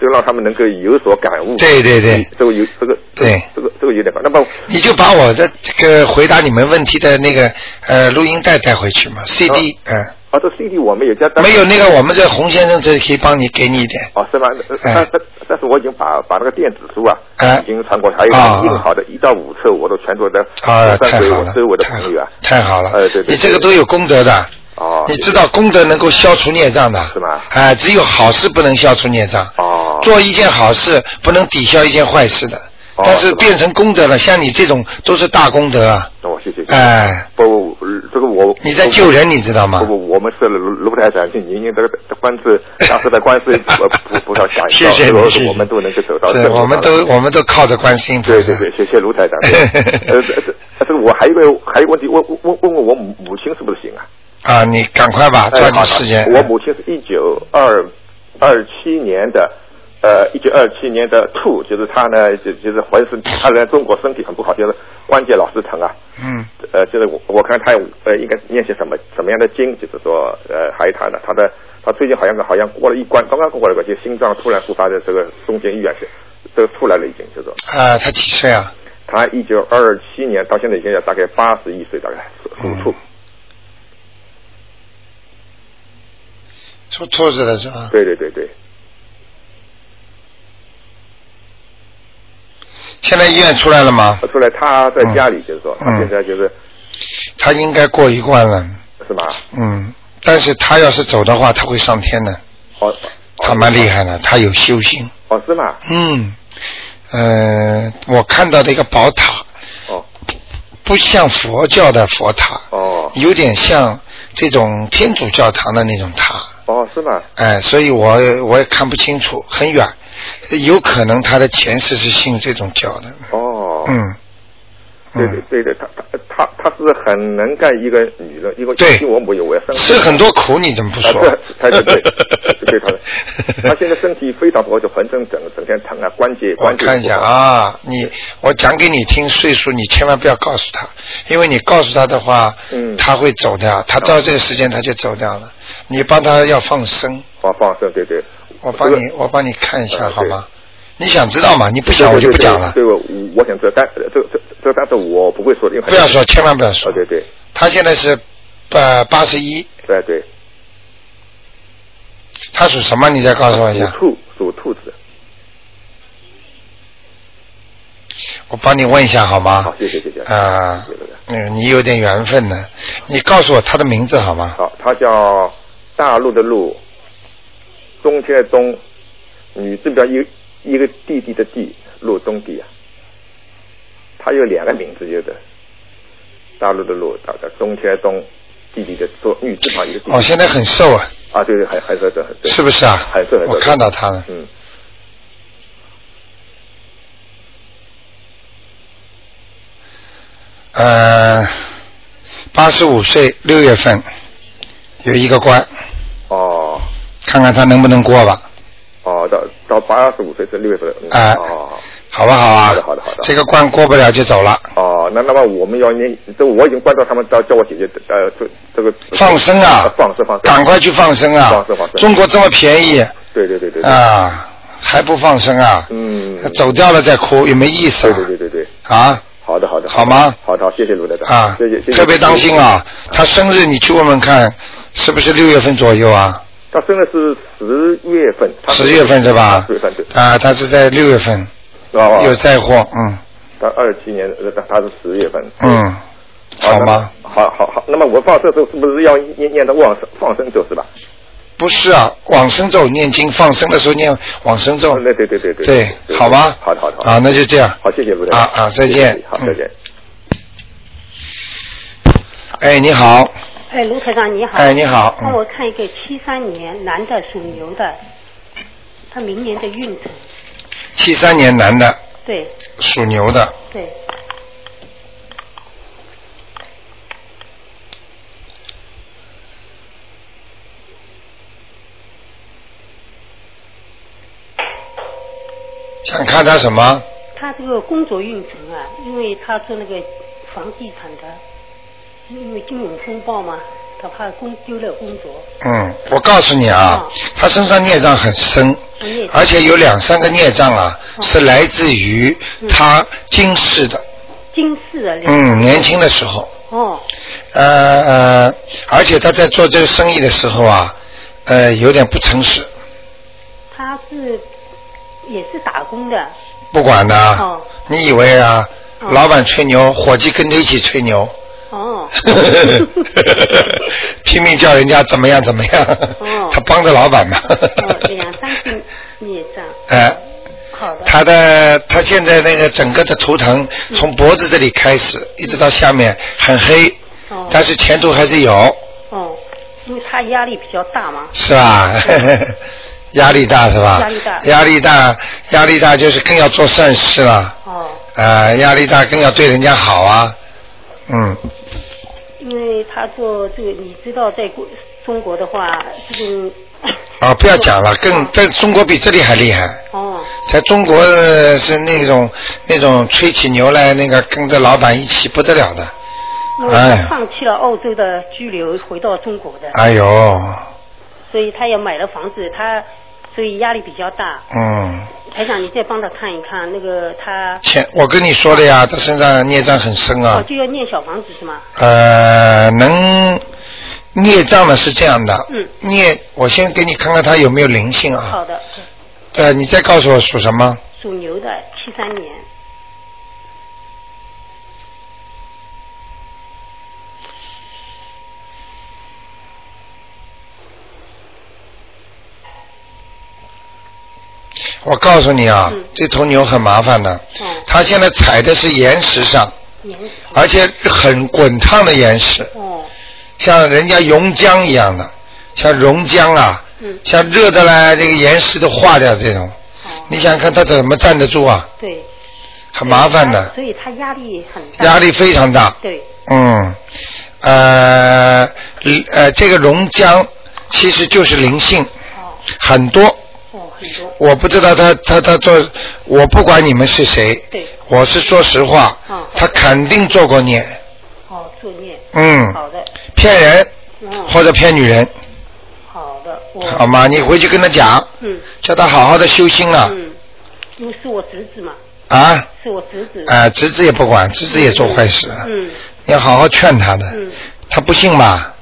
[SPEAKER 6] 就让他们能够有所感悟。
[SPEAKER 1] 对对对，
[SPEAKER 6] 这个有这个
[SPEAKER 1] 对
[SPEAKER 6] 这个这个有点那么
[SPEAKER 1] 你就把我的这个回答你们问题的那个呃录音带带回去嘛，CD 嗯。
[SPEAKER 6] 啊，这 CD 我们有加。
[SPEAKER 1] 没有那个，我们这洪先生这里可以帮你给你一点。
[SPEAKER 6] 哦，是吗？
[SPEAKER 1] 哎
[SPEAKER 6] 但但但是我已经把把那个电子书啊，已经传过去，还有
[SPEAKER 1] 啊
[SPEAKER 6] 印好的，一到五册我都全部在
[SPEAKER 1] 传
[SPEAKER 6] 给我周围的朋友啊。
[SPEAKER 1] 太好了！
[SPEAKER 6] 呃，对对。
[SPEAKER 1] 你这个都有功德的。
[SPEAKER 6] 哦。
[SPEAKER 1] 你知道功德能够消除孽障的。
[SPEAKER 6] 是吗？
[SPEAKER 1] 哎，只有好事不能消除孽障。
[SPEAKER 6] 哦。
[SPEAKER 1] 做一件好事不能抵消一件坏事的。但是变成功德了，像你这种都是大功德啊！
[SPEAKER 6] 哦，谢谢。
[SPEAKER 1] 哎，
[SPEAKER 6] 不，这个我
[SPEAKER 1] 你在救人，你知道吗？
[SPEAKER 6] 不不，我们是卢台长，就您这个官 司，当时的官司不不少想，
[SPEAKER 1] 谢谢
[SPEAKER 6] 你，我们都能够走到。
[SPEAKER 1] 对，我们都我们都靠着关心。
[SPEAKER 6] 对对对，谢谢卢 台长。呃，这个我还有个还有个问题，问问问问我母母亲是不是行啊？
[SPEAKER 1] 啊，你赶快吧，抓紧时间。
[SPEAKER 6] 哎我母亲是一九二二七年的。呃，一九二七年的兔，就是他呢，就就是浑身，他在中国身体很不好，就是关节老是疼啊。
[SPEAKER 1] 嗯。
[SPEAKER 6] 呃，就是我我看他呃应该念些什么什么样的经，就是说呃，还有他呢，他的他最近好像好像过了一关，刚刚过了一关，就心脏突然复发的这个送进医院去，这个出来了已经，就是。
[SPEAKER 1] 啊，他几岁啊？
[SPEAKER 6] 他一九二七年到现在已经要大概八十一岁，大概属兔。
[SPEAKER 1] 嗯出兔子了是吧？
[SPEAKER 6] 对对对对。
[SPEAKER 1] 现在医院出来了吗？
[SPEAKER 6] 出来，他在家里就是说，
[SPEAKER 1] 嗯、
[SPEAKER 6] 他现在就是。
[SPEAKER 1] 他应该过一关了。
[SPEAKER 6] 是吧？
[SPEAKER 1] 嗯，但是他要是走的话，他会上天的。
[SPEAKER 6] 哦。
[SPEAKER 1] 他蛮厉害的，他有修行。
[SPEAKER 6] 哦，是吗？
[SPEAKER 1] 嗯，呃，我看到的一个宝塔。
[SPEAKER 6] 哦。
[SPEAKER 1] 不像佛教的佛塔。
[SPEAKER 6] 哦。
[SPEAKER 1] 有点像这种天主教堂的那种塔。
[SPEAKER 6] 哦，是吗？
[SPEAKER 1] 哎，所以我我也看不清楚，很远。有可能他的前世是信这种教的。
[SPEAKER 6] 哦。
[SPEAKER 1] 嗯。
[SPEAKER 6] 对对对对，她她她她是很能干一个女人，因为我母有我生。
[SPEAKER 1] 吃很多苦，你怎么不 说？
[SPEAKER 6] 她对对对， 她她现在身体非常不好，就浑身整整天疼啊，关节关节。
[SPEAKER 1] 我哦看一下啊，你我讲给你听岁数，你千万不要告诉他，因为你告诉他的话，
[SPEAKER 6] 嗯，
[SPEAKER 1] 他会走掉，他到这个时间他就走掉了。你帮他要放生。
[SPEAKER 6] 放放生，对对。啊
[SPEAKER 1] 我帮你，我帮你看一下好吗？你想知道吗？你不想我就不讲了。
[SPEAKER 6] 对，我我想知道，但这这这，但是我不会说的。
[SPEAKER 1] 不要说，千万不要说。
[SPEAKER 6] 哦啊对对。
[SPEAKER 1] 他现在是呃八十一。
[SPEAKER 6] 对对。
[SPEAKER 1] 他属什么？你再告诉我一下。
[SPEAKER 6] 属兔，属兔子。
[SPEAKER 1] 我帮你问一下好吗？
[SPEAKER 6] 好，谢谢谢谢。
[SPEAKER 1] 啊，嗯，你有点缘分呢。你告诉我他的名字好吗？
[SPEAKER 6] 好，他叫大陆的陆，中间的中，女字边一一个弟弟的弟，陆东弟啊。他有两个名字，有的大陆的陆，大概中间的中，弟弟的做女字旁一个。
[SPEAKER 1] 哦，现在很瘦啊。
[SPEAKER 6] 啊，对对，很很瘦的，很
[SPEAKER 1] 是不是啊？
[SPEAKER 6] 很瘦很瘦。
[SPEAKER 1] 我看到他了。
[SPEAKER 6] 嗯。
[SPEAKER 1] 呃，八十五岁，六月份有一个关。
[SPEAKER 6] 哦。
[SPEAKER 1] 看看他能不能过吧。
[SPEAKER 6] 哦，到到八十五岁是六月份。
[SPEAKER 1] 啊。
[SPEAKER 6] 哦。
[SPEAKER 1] 好不好啊？
[SPEAKER 6] 好的，好的，好的。
[SPEAKER 1] 这个关过不了就走了。
[SPEAKER 6] 哦，那那么我们要念，这我已经关照他们，叫叫我姐姐，呃，这这个。
[SPEAKER 1] 放生啊！
[SPEAKER 6] 放生放生。
[SPEAKER 1] 赶快去放生啊！
[SPEAKER 6] 放生放生。
[SPEAKER 1] 中国这么便宜。
[SPEAKER 6] 对对对对。
[SPEAKER 1] 啊，还不放生啊？
[SPEAKER 6] 嗯。
[SPEAKER 1] 走掉了再哭也没意思。
[SPEAKER 6] 对对对对对。
[SPEAKER 1] 啊。
[SPEAKER 6] 好的好的。
[SPEAKER 1] 好吗？
[SPEAKER 6] 好的，谢谢卢队长。
[SPEAKER 1] 啊，
[SPEAKER 6] 谢谢谢谢。
[SPEAKER 1] 特别当心啊！他生日你去问问看，是不是六月份左右啊？
[SPEAKER 6] 他生的是十月份。
[SPEAKER 1] 十月份是吧？
[SPEAKER 6] 十月份对。
[SPEAKER 1] 啊，他是在六月份。
[SPEAKER 6] 哦。
[SPEAKER 1] 有灾祸，嗯。
[SPEAKER 6] 他二七年，他他是十月份。
[SPEAKER 1] 嗯。好吗？
[SPEAKER 6] 好好好，那么我放生时候是不是要念念的往生放生咒是吧？
[SPEAKER 1] 不是啊，往生咒念经，放生的时候念往生咒。
[SPEAKER 6] 对对对对对。
[SPEAKER 1] 对，好吧。
[SPEAKER 6] 好的好的。
[SPEAKER 1] 啊，那就这样。
[SPEAKER 6] 好，谢谢卢队
[SPEAKER 1] 啊啊，再见。
[SPEAKER 6] 好，再见。
[SPEAKER 1] 哎，你好。
[SPEAKER 7] 哎，卢台长你好。
[SPEAKER 1] 哎，你好。
[SPEAKER 7] 帮我看一个七三年男的属牛的，他明年的运程。
[SPEAKER 1] 七三年男的。
[SPEAKER 7] 对。
[SPEAKER 1] 属牛的。
[SPEAKER 7] 对。
[SPEAKER 1] 看他什么？
[SPEAKER 7] 他这个工作运程啊，因为他做那个房地产的，因为金融风暴嘛，他怕工丢了工作。
[SPEAKER 1] 嗯，我告诉你啊，
[SPEAKER 7] 哦
[SPEAKER 1] 他身上孽障很深，
[SPEAKER 7] 孽障
[SPEAKER 1] 而且有两三个孽障啊，
[SPEAKER 7] 哦嗯
[SPEAKER 1] 是来自于他今世的，
[SPEAKER 7] 金饰啊，两
[SPEAKER 1] 嗯，年轻的时候，
[SPEAKER 7] 哦，
[SPEAKER 1] 呃呃，而且他在做这个生意的时候啊，呃，有点不诚实，
[SPEAKER 7] 他是也是打工的，
[SPEAKER 1] 不管的啊。
[SPEAKER 7] 哦
[SPEAKER 1] 你以为啊，
[SPEAKER 7] 哦
[SPEAKER 1] 老板吹牛，伙计跟着一起吹 牛，
[SPEAKER 7] 哦
[SPEAKER 1] 拼命叫人家怎么样怎么样，
[SPEAKER 7] 哦
[SPEAKER 1] 他帮着老板嘛。
[SPEAKER 7] 哦，两三 个孽障，
[SPEAKER 1] 呃，
[SPEAKER 7] 好的，
[SPEAKER 1] 他的他现在那个整个的图腾
[SPEAKER 7] 嗯
[SPEAKER 1] 从脖子这里开始，一直到下面很黑，
[SPEAKER 7] 哦
[SPEAKER 1] 但是前途还是有，
[SPEAKER 7] 哦，因为他压力比较大嘛，
[SPEAKER 1] 是吧？ 压力大是吧？
[SPEAKER 7] 嗯压力大
[SPEAKER 1] 压力大，压力大就是更要做善事了，
[SPEAKER 7] 哦，
[SPEAKER 1] 呃，压力大更要对人家好啊，嗯，
[SPEAKER 7] 因为他做这个，你知道，在国中国的话，这个
[SPEAKER 1] 啊，不要讲 了，更在中国比这里还厉害。
[SPEAKER 7] 哦
[SPEAKER 1] 在中国呃是那种那种吹起牛来，那个跟着老板一起不得了的。
[SPEAKER 7] 因为
[SPEAKER 1] 哎
[SPEAKER 7] 他放弃了澳洲的居留，回到中国的，
[SPEAKER 1] 哎呦，
[SPEAKER 7] 所以他也买了房子，他所以压力比较大。
[SPEAKER 1] 嗯，
[SPEAKER 7] 台长，你再帮他看一看那个他，
[SPEAKER 1] 前我跟你说了呀，他身上孽障很深
[SPEAKER 7] 哦
[SPEAKER 1] 啊。
[SPEAKER 7] 就要念小房子是吗？
[SPEAKER 1] 呃，能孽障呢是这样的，
[SPEAKER 7] 嗯
[SPEAKER 1] 孽我先给你看看他有没有灵性啊。
[SPEAKER 7] 好的，
[SPEAKER 1] 呃，你再告诉我属什么？
[SPEAKER 7] 属牛的，七三年，
[SPEAKER 1] 我告诉你啊，
[SPEAKER 7] 嗯
[SPEAKER 1] 这头牛很麻烦的，
[SPEAKER 7] 哦，
[SPEAKER 1] 它现在踩的是岩石上，
[SPEAKER 7] 年纪
[SPEAKER 1] 而且很滚烫的岩石。
[SPEAKER 7] 哦，
[SPEAKER 1] 像人家熔浆一样的，像熔浆啊，
[SPEAKER 7] 嗯，
[SPEAKER 1] 像热的嘞，这个岩石都化掉这种。
[SPEAKER 7] 哦，
[SPEAKER 1] 你想想看他怎么站得住啊？
[SPEAKER 7] 对，
[SPEAKER 1] 很麻烦的，
[SPEAKER 7] 所以他压力很大，
[SPEAKER 1] 压力非常大。
[SPEAKER 7] 对，
[SPEAKER 1] 嗯，呃呃，这个熔浆其实就是灵性，
[SPEAKER 7] 哦，
[SPEAKER 1] 很多。
[SPEAKER 7] 哦，很多，
[SPEAKER 1] 我不知道他他他做，我不管你们是谁，
[SPEAKER 7] 对，
[SPEAKER 1] 我是说实话
[SPEAKER 7] 嗯，
[SPEAKER 1] 他肯定做过孽，
[SPEAKER 7] 哦，作孽，
[SPEAKER 1] 嗯，
[SPEAKER 7] 好的，
[SPEAKER 1] 骗人
[SPEAKER 7] 嗯，
[SPEAKER 1] 或者骗女人，
[SPEAKER 7] 好的，我，
[SPEAKER 1] 好吗？你回去跟他讲，
[SPEAKER 7] 嗯
[SPEAKER 1] 叫他好好的修心啊。
[SPEAKER 7] 嗯，因为是我侄子嘛，
[SPEAKER 1] 啊，
[SPEAKER 7] 是我侄子，
[SPEAKER 1] 啊、侄子也不管，侄子也做坏事，啊哎
[SPEAKER 7] 嗯
[SPEAKER 1] 你要好好劝他的。
[SPEAKER 7] 嗯，
[SPEAKER 1] 他不信嘛，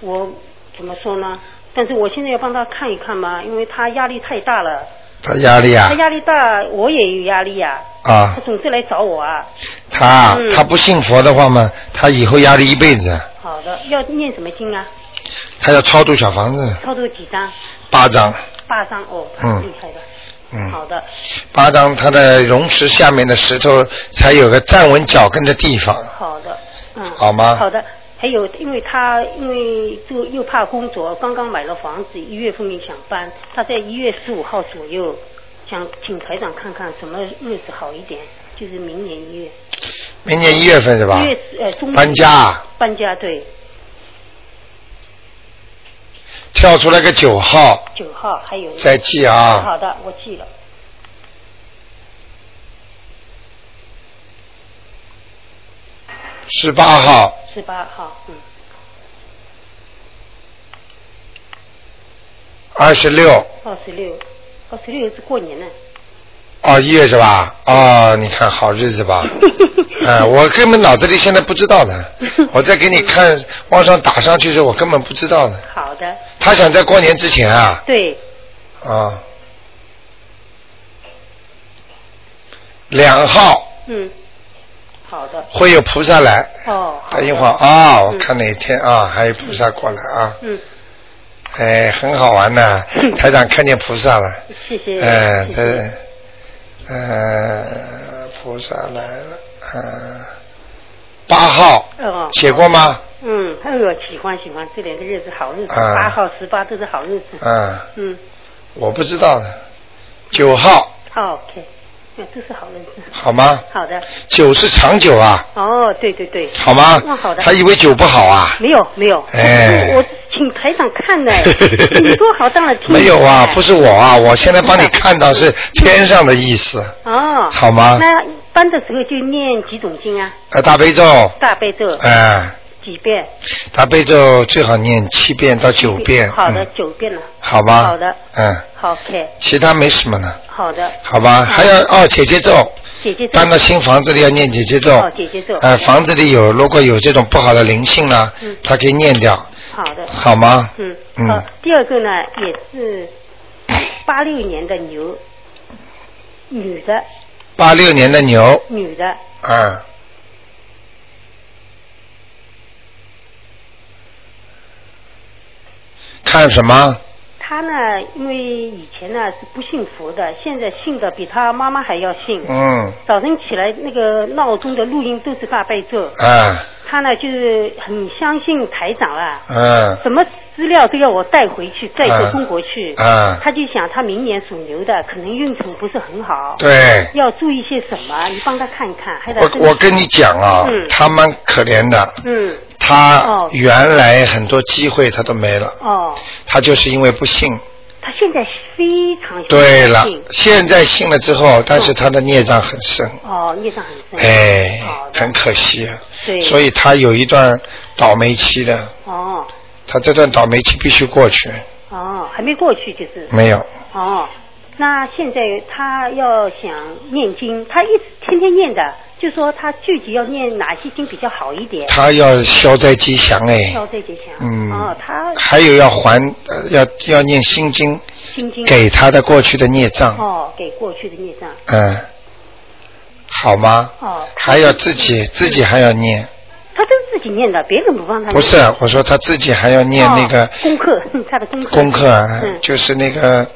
[SPEAKER 7] 我怎么说呢？但是我现在要帮他看一看嘛，因为他压力太大了，
[SPEAKER 1] 他压力啊
[SPEAKER 7] 他压力大，我也有压力呀、
[SPEAKER 1] 啊
[SPEAKER 7] 他，总是来找我啊。
[SPEAKER 1] 他啊
[SPEAKER 7] 嗯
[SPEAKER 1] 他不信佛的话嘛，他以后压力一辈子，啊
[SPEAKER 7] 好的，要念什么经啊？
[SPEAKER 1] 他要超度小房子
[SPEAKER 7] 操作几张？
[SPEAKER 1] 八张，
[SPEAKER 7] 八张哦，
[SPEAKER 1] 嗯
[SPEAKER 7] 厉害的。好
[SPEAKER 1] 嗯，
[SPEAKER 7] 的，
[SPEAKER 1] 八张他的溶石下面的石头才有个站稳脚跟的地方，
[SPEAKER 7] 好的，嗯。
[SPEAKER 1] 好吗
[SPEAKER 7] 好的。还有，因为他因为就又怕工作，刚刚买了房子，一月份想搬，他在一月十五号左右想请台长看看什么日子好一点，就是明年一月。
[SPEAKER 1] 明年一月份是吧
[SPEAKER 7] 一？月十呃中
[SPEAKER 1] 搬家啊。
[SPEAKER 7] 搬家对，
[SPEAKER 1] 跳出来个九号，
[SPEAKER 7] 九号还有。
[SPEAKER 1] 再记
[SPEAKER 7] 好
[SPEAKER 1] 啊，
[SPEAKER 7] 的，我记了。
[SPEAKER 1] 十八号，
[SPEAKER 7] 十八号，嗯，
[SPEAKER 1] 二十六，
[SPEAKER 7] 二十六，二十六是过年呢。
[SPEAKER 1] 哦，一月是吧？哦，你看好日子吧。哎、我根本脑子里现在不知道的，我在给你看往上打上去的时候，我根本不知道的。
[SPEAKER 7] 好的，
[SPEAKER 1] 他想在过年之前啊，
[SPEAKER 7] 对，
[SPEAKER 1] 啊，两号
[SPEAKER 7] 嗯，好的，
[SPEAKER 1] 会有菩萨来。
[SPEAKER 7] 哦，好的
[SPEAKER 1] 等一会儿，啊，我
[SPEAKER 7] 嗯
[SPEAKER 1] 看哪天啊，还有菩萨过来啊，
[SPEAKER 7] 嗯，
[SPEAKER 1] 哎，很好玩呢。台长看见菩萨了，
[SPEAKER 7] 谢谢，
[SPEAKER 1] 哎，
[SPEAKER 7] 谢谢
[SPEAKER 1] 对，呃，菩萨来了，呃，八号
[SPEAKER 7] 哦，
[SPEAKER 1] 写过吗？
[SPEAKER 7] 嗯，哎呦，喜欢喜欢，这两个日子好日子，
[SPEAKER 1] 啊
[SPEAKER 7] 八号、十八都是好日子，
[SPEAKER 1] 嗯，
[SPEAKER 7] 嗯
[SPEAKER 1] 我不知道的。九号
[SPEAKER 7] ，OK，那都是好日子，
[SPEAKER 1] 好吗？
[SPEAKER 7] 好的，
[SPEAKER 1] 九是长久啊，
[SPEAKER 7] 哦，对对对，
[SPEAKER 1] 好吗
[SPEAKER 7] 嗯好？的
[SPEAKER 1] 他以为九不好啊？
[SPEAKER 7] 没有没有，
[SPEAKER 1] 哎
[SPEAKER 7] 我我请台长 看呢，你多好，当然听。哎
[SPEAKER 1] 没有啊，不是我啊，我现在帮你看到是天上的意思，
[SPEAKER 7] 哦，
[SPEAKER 1] 好啊吗？
[SPEAKER 7] 那一般的时候就念几种经啊？
[SPEAKER 1] 呃，大悲咒，
[SPEAKER 7] 大悲咒
[SPEAKER 1] 哎、
[SPEAKER 7] 几遍？
[SPEAKER 1] 大悲咒最好念七遍到九遍，
[SPEAKER 7] 好的
[SPEAKER 1] 嗯，
[SPEAKER 7] 九遍了。
[SPEAKER 1] 好吗？
[SPEAKER 7] 好的，
[SPEAKER 1] 嗯，
[SPEAKER 7] 好 K，
[SPEAKER 1] 其他没什么了，
[SPEAKER 7] 好的，
[SPEAKER 1] 好吧？还要哦，姐姐咒，
[SPEAKER 7] 姐姐咒
[SPEAKER 1] 搬到新房子里要念姐姐咒，
[SPEAKER 7] 哦，姐姐咒，
[SPEAKER 1] 呃，房子里有如果有这种不好的灵性呢，
[SPEAKER 7] 嗯
[SPEAKER 1] 他可以念掉，
[SPEAKER 7] 好的，
[SPEAKER 1] 好吗？
[SPEAKER 7] 嗯，
[SPEAKER 1] 嗯
[SPEAKER 7] 好。第二个呢，也是八六年的牛，女的，
[SPEAKER 1] 八六年的牛，
[SPEAKER 7] 女的，
[SPEAKER 1] 啊，看什么？
[SPEAKER 7] 她呢，因为以前呢是不信佛的，现在信的比她妈妈还要信。
[SPEAKER 1] 嗯，
[SPEAKER 7] 早晨起来，那个闹钟的录音都是大悲咒。
[SPEAKER 1] 啊，
[SPEAKER 7] 她呢，就是很相信台长啊，
[SPEAKER 1] 嗯，
[SPEAKER 7] 什么资料都要我带回去，带
[SPEAKER 1] 啊
[SPEAKER 7] 到中国去。
[SPEAKER 1] 啊
[SPEAKER 7] 他就想，他明年属牛的，可能运程不是很好。。
[SPEAKER 1] 对，
[SPEAKER 7] 要注意些什么？你帮他看看，还得
[SPEAKER 1] 我我跟你讲啊，
[SPEAKER 7] 嗯
[SPEAKER 1] 他蛮可怜的，
[SPEAKER 7] 嗯
[SPEAKER 1] 他
[SPEAKER 7] 哦
[SPEAKER 1] 原来很多机会他都没了，
[SPEAKER 7] 哦，
[SPEAKER 1] 他就是因为不信。
[SPEAKER 7] 他现在非常
[SPEAKER 1] 对了
[SPEAKER 7] 嗯相信，
[SPEAKER 1] 现在信了之后，但是他的孽障很深，
[SPEAKER 7] 哦，业障很深。
[SPEAKER 1] 哎
[SPEAKER 7] 好，的
[SPEAKER 1] 很可惜啊。
[SPEAKER 7] 对。
[SPEAKER 1] 所以他有一段倒霉期的，
[SPEAKER 7] 哦
[SPEAKER 1] 他这段倒霉期必须过去。
[SPEAKER 7] 哦，还没过去就是。
[SPEAKER 1] 没有，
[SPEAKER 7] 哦，那现在他要想念经，他一直天天念的，就说他具体要念哪些经比较好一点。
[SPEAKER 1] 他要消灾吉祥哎，
[SPEAKER 7] 消这些钱。
[SPEAKER 1] 嗯
[SPEAKER 7] 哦，他
[SPEAKER 1] 还有要还，呃要要念心经，
[SPEAKER 7] 心经。
[SPEAKER 1] 给他的过去的孽障，
[SPEAKER 7] 哦，给过去的孽障。
[SPEAKER 1] 嗯，好吗？
[SPEAKER 7] 哦，他
[SPEAKER 1] 还要自己
[SPEAKER 7] 嗯
[SPEAKER 1] 自己还要念，
[SPEAKER 7] 他都是自己念的，别人不帮他念。
[SPEAKER 1] 不是我说他自己还要念那个
[SPEAKER 7] 嗯哦功课， 哼他的功课。
[SPEAKER 1] 功课啊
[SPEAKER 7] 嗯，
[SPEAKER 1] 就是那个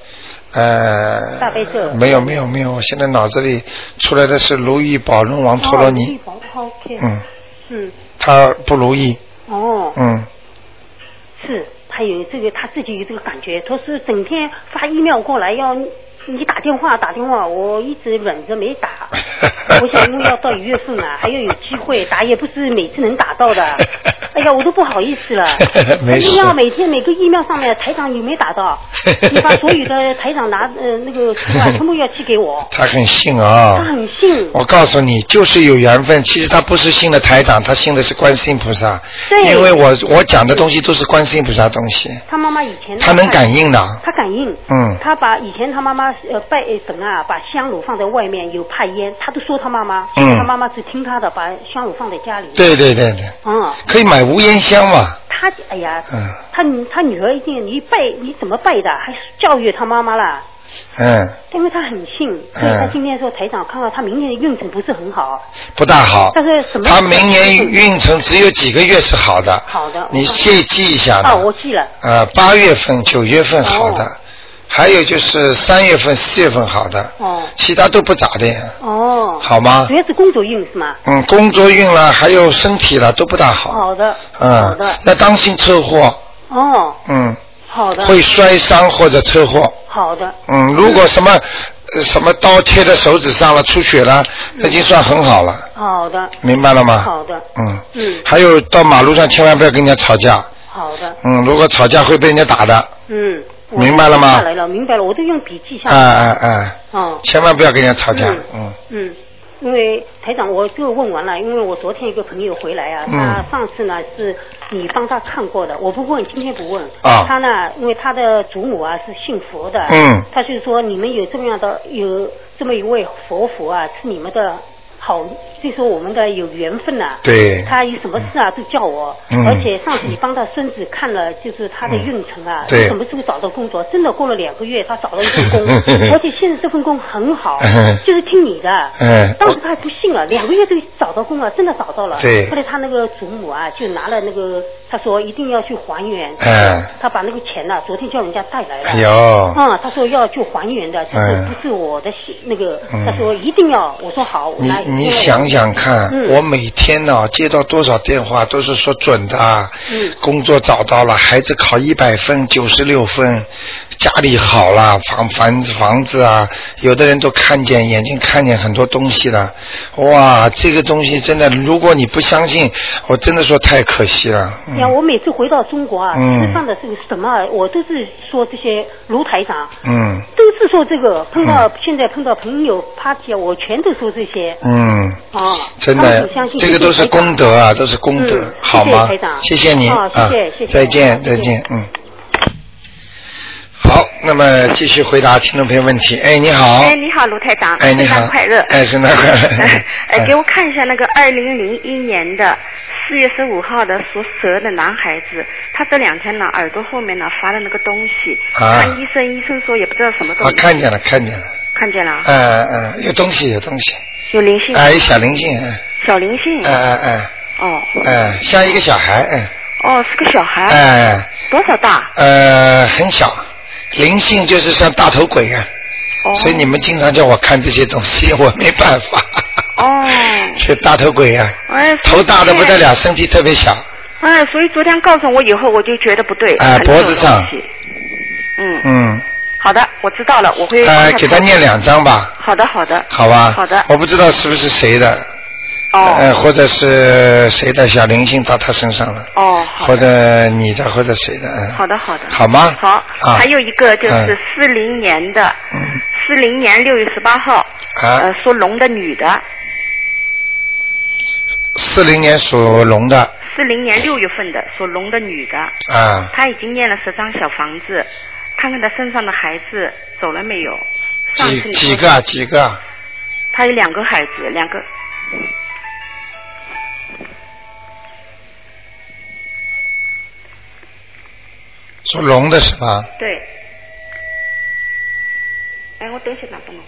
[SPEAKER 1] 呃，
[SPEAKER 7] 大悲咒
[SPEAKER 1] 没有没有没有，我现在脑子里出来的是如意宝龙王陀罗尼，
[SPEAKER 7] 哦，OK，
[SPEAKER 1] 嗯，
[SPEAKER 7] 嗯，
[SPEAKER 1] 他不如意，
[SPEAKER 7] 哦，
[SPEAKER 1] 嗯，。。
[SPEAKER 7] 是，他有这个，他自己有这个感觉，他是整天发 email 过来要你打电话打电话，我一直忍着没打我想因为要到一月份了，啊还要有机会打，也不是每次能打到的。哎呀，我都不好意思了
[SPEAKER 1] 没事？。
[SPEAKER 7] email 每天每个 email 上面台长有没有打到你把所有的台长拿呃那个书啊，全部要寄给我
[SPEAKER 1] 他很信啊、
[SPEAKER 7] 他很信，
[SPEAKER 1] 我告诉你，就是有缘分。其实他不是信的台长，他信的是观世音菩萨。
[SPEAKER 7] 对
[SPEAKER 1] 因为我我讲的东西都是观世音菩萨东西，
[SPEAKER 7] 他妈妈以前
[SPEAKER 1] 他能感应的。
[SPEAKER 7] 他感应，
[SPEAKER 1] 嗯
[SPEAKER 7] 他把以前他妈妈呃拜呃等啊，把香炉放在外面，有怕烟，他都说他妈妈，
[SPEAKER 1] 嗯
[SPEAKER 7] 他妈妈是听他的，把香炉放在家里，，
[SPEAKER 1] 对对对对，
[SPEAKER 7] 嗯，
[SPEAKER 1] 可以买无烟香嘛。
[SPEAKER 7] 他哎呀，
[SPEAKER 1] 嗯
[SPEAKER 7] 他女他女儿一定你拜你怎么拜的，还教育他妈妈啦，
[SPEAKER 1] 嗯，
[SPEAKER 7] 因为他很信，所以他今天说台长看到他明年的运程不是很好，
[SPEAKER 1] 不大嗯好。
[SPEAKER 7] 但是什么
[SPEAKER 1] 他明年运程只有几个月是好的。
[SPEAKER 7] 好的
[SPEAKER 1] 你记记一下的。
[SPEAKER 7] 啊，我记了，
[SPEAKER 1] 呃，八月份、九月份好的，
[SPEAKER 7] 哦
[SPEAKER 1] 还有就是三月份、四月份好的，
[SPEAKER 7] 哦
[SPEAKER 1] 其他都不咋的呀。
[SPEAKER 7] 哦，
[SPEAKER 1] 好吗
[SPEAKER 7] 主要是工作运是吗？
[SPEAKER 1] 嗯，工作运啦，还有身体啦，都不大好。
[SPEAKER 7] 好的，
[SPEAKER 1] 嗯，
[SPEAKER 7] 哦好的，
[SPEAKER 1] 那当心车祸，
[SPEAKER 7] 哦，
[SPEAKER 1] 嗯，
[SPEAKER 7] 好的，
[SPEAKER 1] 会摔伤或者车祸，
[SPEAKER 7] 好的，
[SPEAKER 1] 嗯，如果什么、呃什么刀切在手指上了，出血了，那已经算很好了，
[SPEAKER 7] 好的，
[SPEAKER 1] 明白了吗？
[SPEAKER 7] 好的
[SPEAKER 1] 嗯。
[SPEAKER 7] 嗯
[SPEAKER 1] 还有到马路上千万不要跟人家吵架，
[SPEAKER 7] 好的。
[SPEAKER 1] 嗯，如果吵架会被人家打的，
[SPEAKER 7] 嗯，我
[SPEAKER 1] 明白了吗
[SPEAKER 7] 记下来了，明白了，我都用笔记下
[SPEAKER 1] 哎
[SPEAKER 7] 来。
[SPEAKER 1] 哎哎，
[SPEAKER 7] 哦，
[SPEAKER 1] 千万不要跟人家吵架，嗯
[SPEAKER 7] 嗯嗯，因为台长，我就问完了，因为我昨天一个朋友回来啊，
[SPEAKER 1] 嗯
[SPEAKER 7] 他上次呢是你帮他看过的，我不问，今天不问。
[SPEAKER 1] 啊
[SPEAKER 7] 他呢，因为他的祖母啊是信佛的。
[SPEAKER 1] 嗯
[SPEAKER 7] 他就说你们有这么样的有这么一位佛佛啊，是你们的。好，就说我们的有缘分啊呐、
[SPEAKER 1] 对
[SPEAKER 7] 他有什么事啊，都叫我。
[SPEAKER 1] 嗯
[SPEAKER 7] 而且上次你帮他孙子看了，就是他的运程啊，
[SPEAKER 1] 嗯对，
[SPEAKER 7] 什么时候找到工作？真的过了两个月，他找到一份工 而且现在这份工很好
[SPEAKER 1] 嗯，
[SPEAKER 7] 就是听你的。
[SPEAKER 1] 嗯
[SPEAKER 7] 当时他还不信了，两个月就找到工了，真的找到了。
[SPEAKER 1] 对
[SPEAKER 7] 后来他那个祖母啊，就拿了那个，他说一定要去还原。
[SPEAKER 1] 嗯
[SPEAKER 7] 他把那个钱呢、昨天叫人家带来了。
[SPEAKER 1] 哎呦
[SPEAKER 7] 嗯，他说要去还原的，就是
[SPEAKER 1] 嗯
[SPEAKER 7] 不是我的信那个
[SPEAKER 1] 嗯。
[SPEAKER 7] 他说一定要，我说好，我
[SPEAKER 1] 你
[SPEAKER 7] 拿一
[SPEAKER 1] 你想想看，我每天呢、接到多少电话都是说准的啊，工作找到了，孩子考一百分，九十六分，家里好了，房房房子啊，有的人都看见眼睛看见很多东西了，哇，这个东西真的，如果你不相信，我真的说太可惜了。嗯
[SPEAKER 7] 哎呀，我每次回到中国啊，
[SPEAKER 1] 嗯
[SPEAKER 7] 吃饭的时候什么啊，我都是说这些卢台长，
[SPEAKER 1] 嗯
[SPEAKER 7] 都是说这个。碰到、现在碰到朋友 party 啊，我全都说这些。
[SPEAKER 1] 嗯，
[SPEAKER 7] 啊，
[SPEAKER 1] 真
[SPEAKER 7] 他们
[SPEAKER 1] 的
[SPEAKER 7] 很相信，
[SPEAKER 1] 这个都是
[SPEAKER 7] 台长
[SPEAKER 1] 功德啊，都是功德，
[SPEAKER 7] 嗯
[SPEAKER 1] 好吗
[SPEAKER 7] 谢谢台？长
[SPEAKER 1] 谢谢你啊
[SPEAKER 7] 哦谢谢谢谢
[SPEAKER 1] 再见
[SPEAKER 7] 谢
[SPEAKER 1] 再
[SPEAKER 7] 谢
[SPEAKER 1] 见，嗯。好，那么继续回答听众朋友问题。哎，你好，
[SPEAKER 8] 哎，你好，卢台长，
[SPEAKER 1] 哎，你
[SPEAKER 8] 圣
[SPEAKER 1] 好
[SPEAKER 8] 诞，快乐。
[SPEAKER 1] 哎，圣诞快乐。 哎
[SPEAKER 8] 呃，给我看一下那个二零零一年的四月十五号的属蛇的男孩子，他这两天呢耳朵后面呢发了那个东西，
[SPEAKER 1] 啊
[SPEAKER 8] 看医生，医生说也不知道什么东
[SPEAKER 1] 啊，
[SPEAKER 8] 西，
[SPEAKER 1] 看见了，看见了，
[SPEAKER 8] 看见了啊，
[SPEAKER 1] 嗯嗯，有东西，有东西，
[SPEAKER 8] 有灵性，
[SPEAKER 1] 哎，小灵性，嗯
[SPEAKER 8] 小灵性，
[SPEAKER 1] 嗯嗯
[SPEAKER 8] 哦
[SPEAKER 1] 嗯嗯，像一个小孩，嗯
[SPEAKER 8] 哦，是个小孩，
[SPEAKER 1] 哎
[SPEAKER 8] 多少大？
[SPEAKER 1] 呃，很小，灵性就是像大头鬼啊，
[SPEAKER 8] 哦
[SPEAKER 1] 所以你们经常叫我看这些东西， 我没办 法。
[SPEAKER 8] 哦，
[SPEAKER 1] 这大头鬼啊，
[SPEAKER 8] 哎，
[SPEAKER 1] 头大的不得了，身体特别小，
[SPEAKER 8] 哎，所以昨天告诉我以后，我就觉得不对，
[SPEAKER 1] 哎
[SPEAKER 8] 可能
[SPEAKER 1] 脖
[SPEAKER 8] 有
[SPEAKER 1] 子
[SPEAKER 8] 东
[SPEAKER 1] 上
[SPEAKER 8] 西嗯，
[SPEAKER 1] 嗯，
[SPEAKER 8] 好的，我知道了，我会帮
[SPEAKER 1] 呃，给他
[SPEAKER 8] 抄
[SPEAKER 1] 念两张吧，
[SPEAKER 8] 好的，好的，
[SPEAKER 1] 好吧？
[SPEAKER 8] 好的，
[SPEAKER 1] 我不知道是不是谁的，呃，
[SPEAKER 8] 哦，
[SPEAKER 1] 或者是谁的小灵性到他身上了，
[SPEAKER 8] 哦，好
[SPEAKER 1] 或者你的，或者谁的，嗯，
[SPEAKER 8] 好的，好的，
[SPEAKER 1] 好吗？
[SPEAKER 8] 好，
[SPEAKER 1] 啊
[SPEAKER 8] 还有一个就是
[SPEAKER 1] 嗯
[SPEAKER 8] 四零年的，
[SPEAKER 1] 嗯
[SPEAKER 8] 四零年六月十八号，
[SPEAKER 1] 啊
[SPEAKER 8] 呃，，属龙的女的，
[SPEAKER 1] 四零年属龙的
[SPEAKER 8] 四零年六月份的属龙的女的，
[SPEAKER 1] 啊，
[SPEAKER 8] 她已经念了十张小房子，看看她身上的孩子走了没有？上次
[SPEAKER 1] 几
[SPEAKER 8] 你
[SPEAKER 1] 几
[SPEAKER 8] 说
[SPEAKER 1] 个啊几个啊？
[SPEAKER 8] 她有两个孩子，两个，
[SPEAKER 1] 属龙的是吧？
[SPEAKER 8] 对。哎，我等一下拿不弄。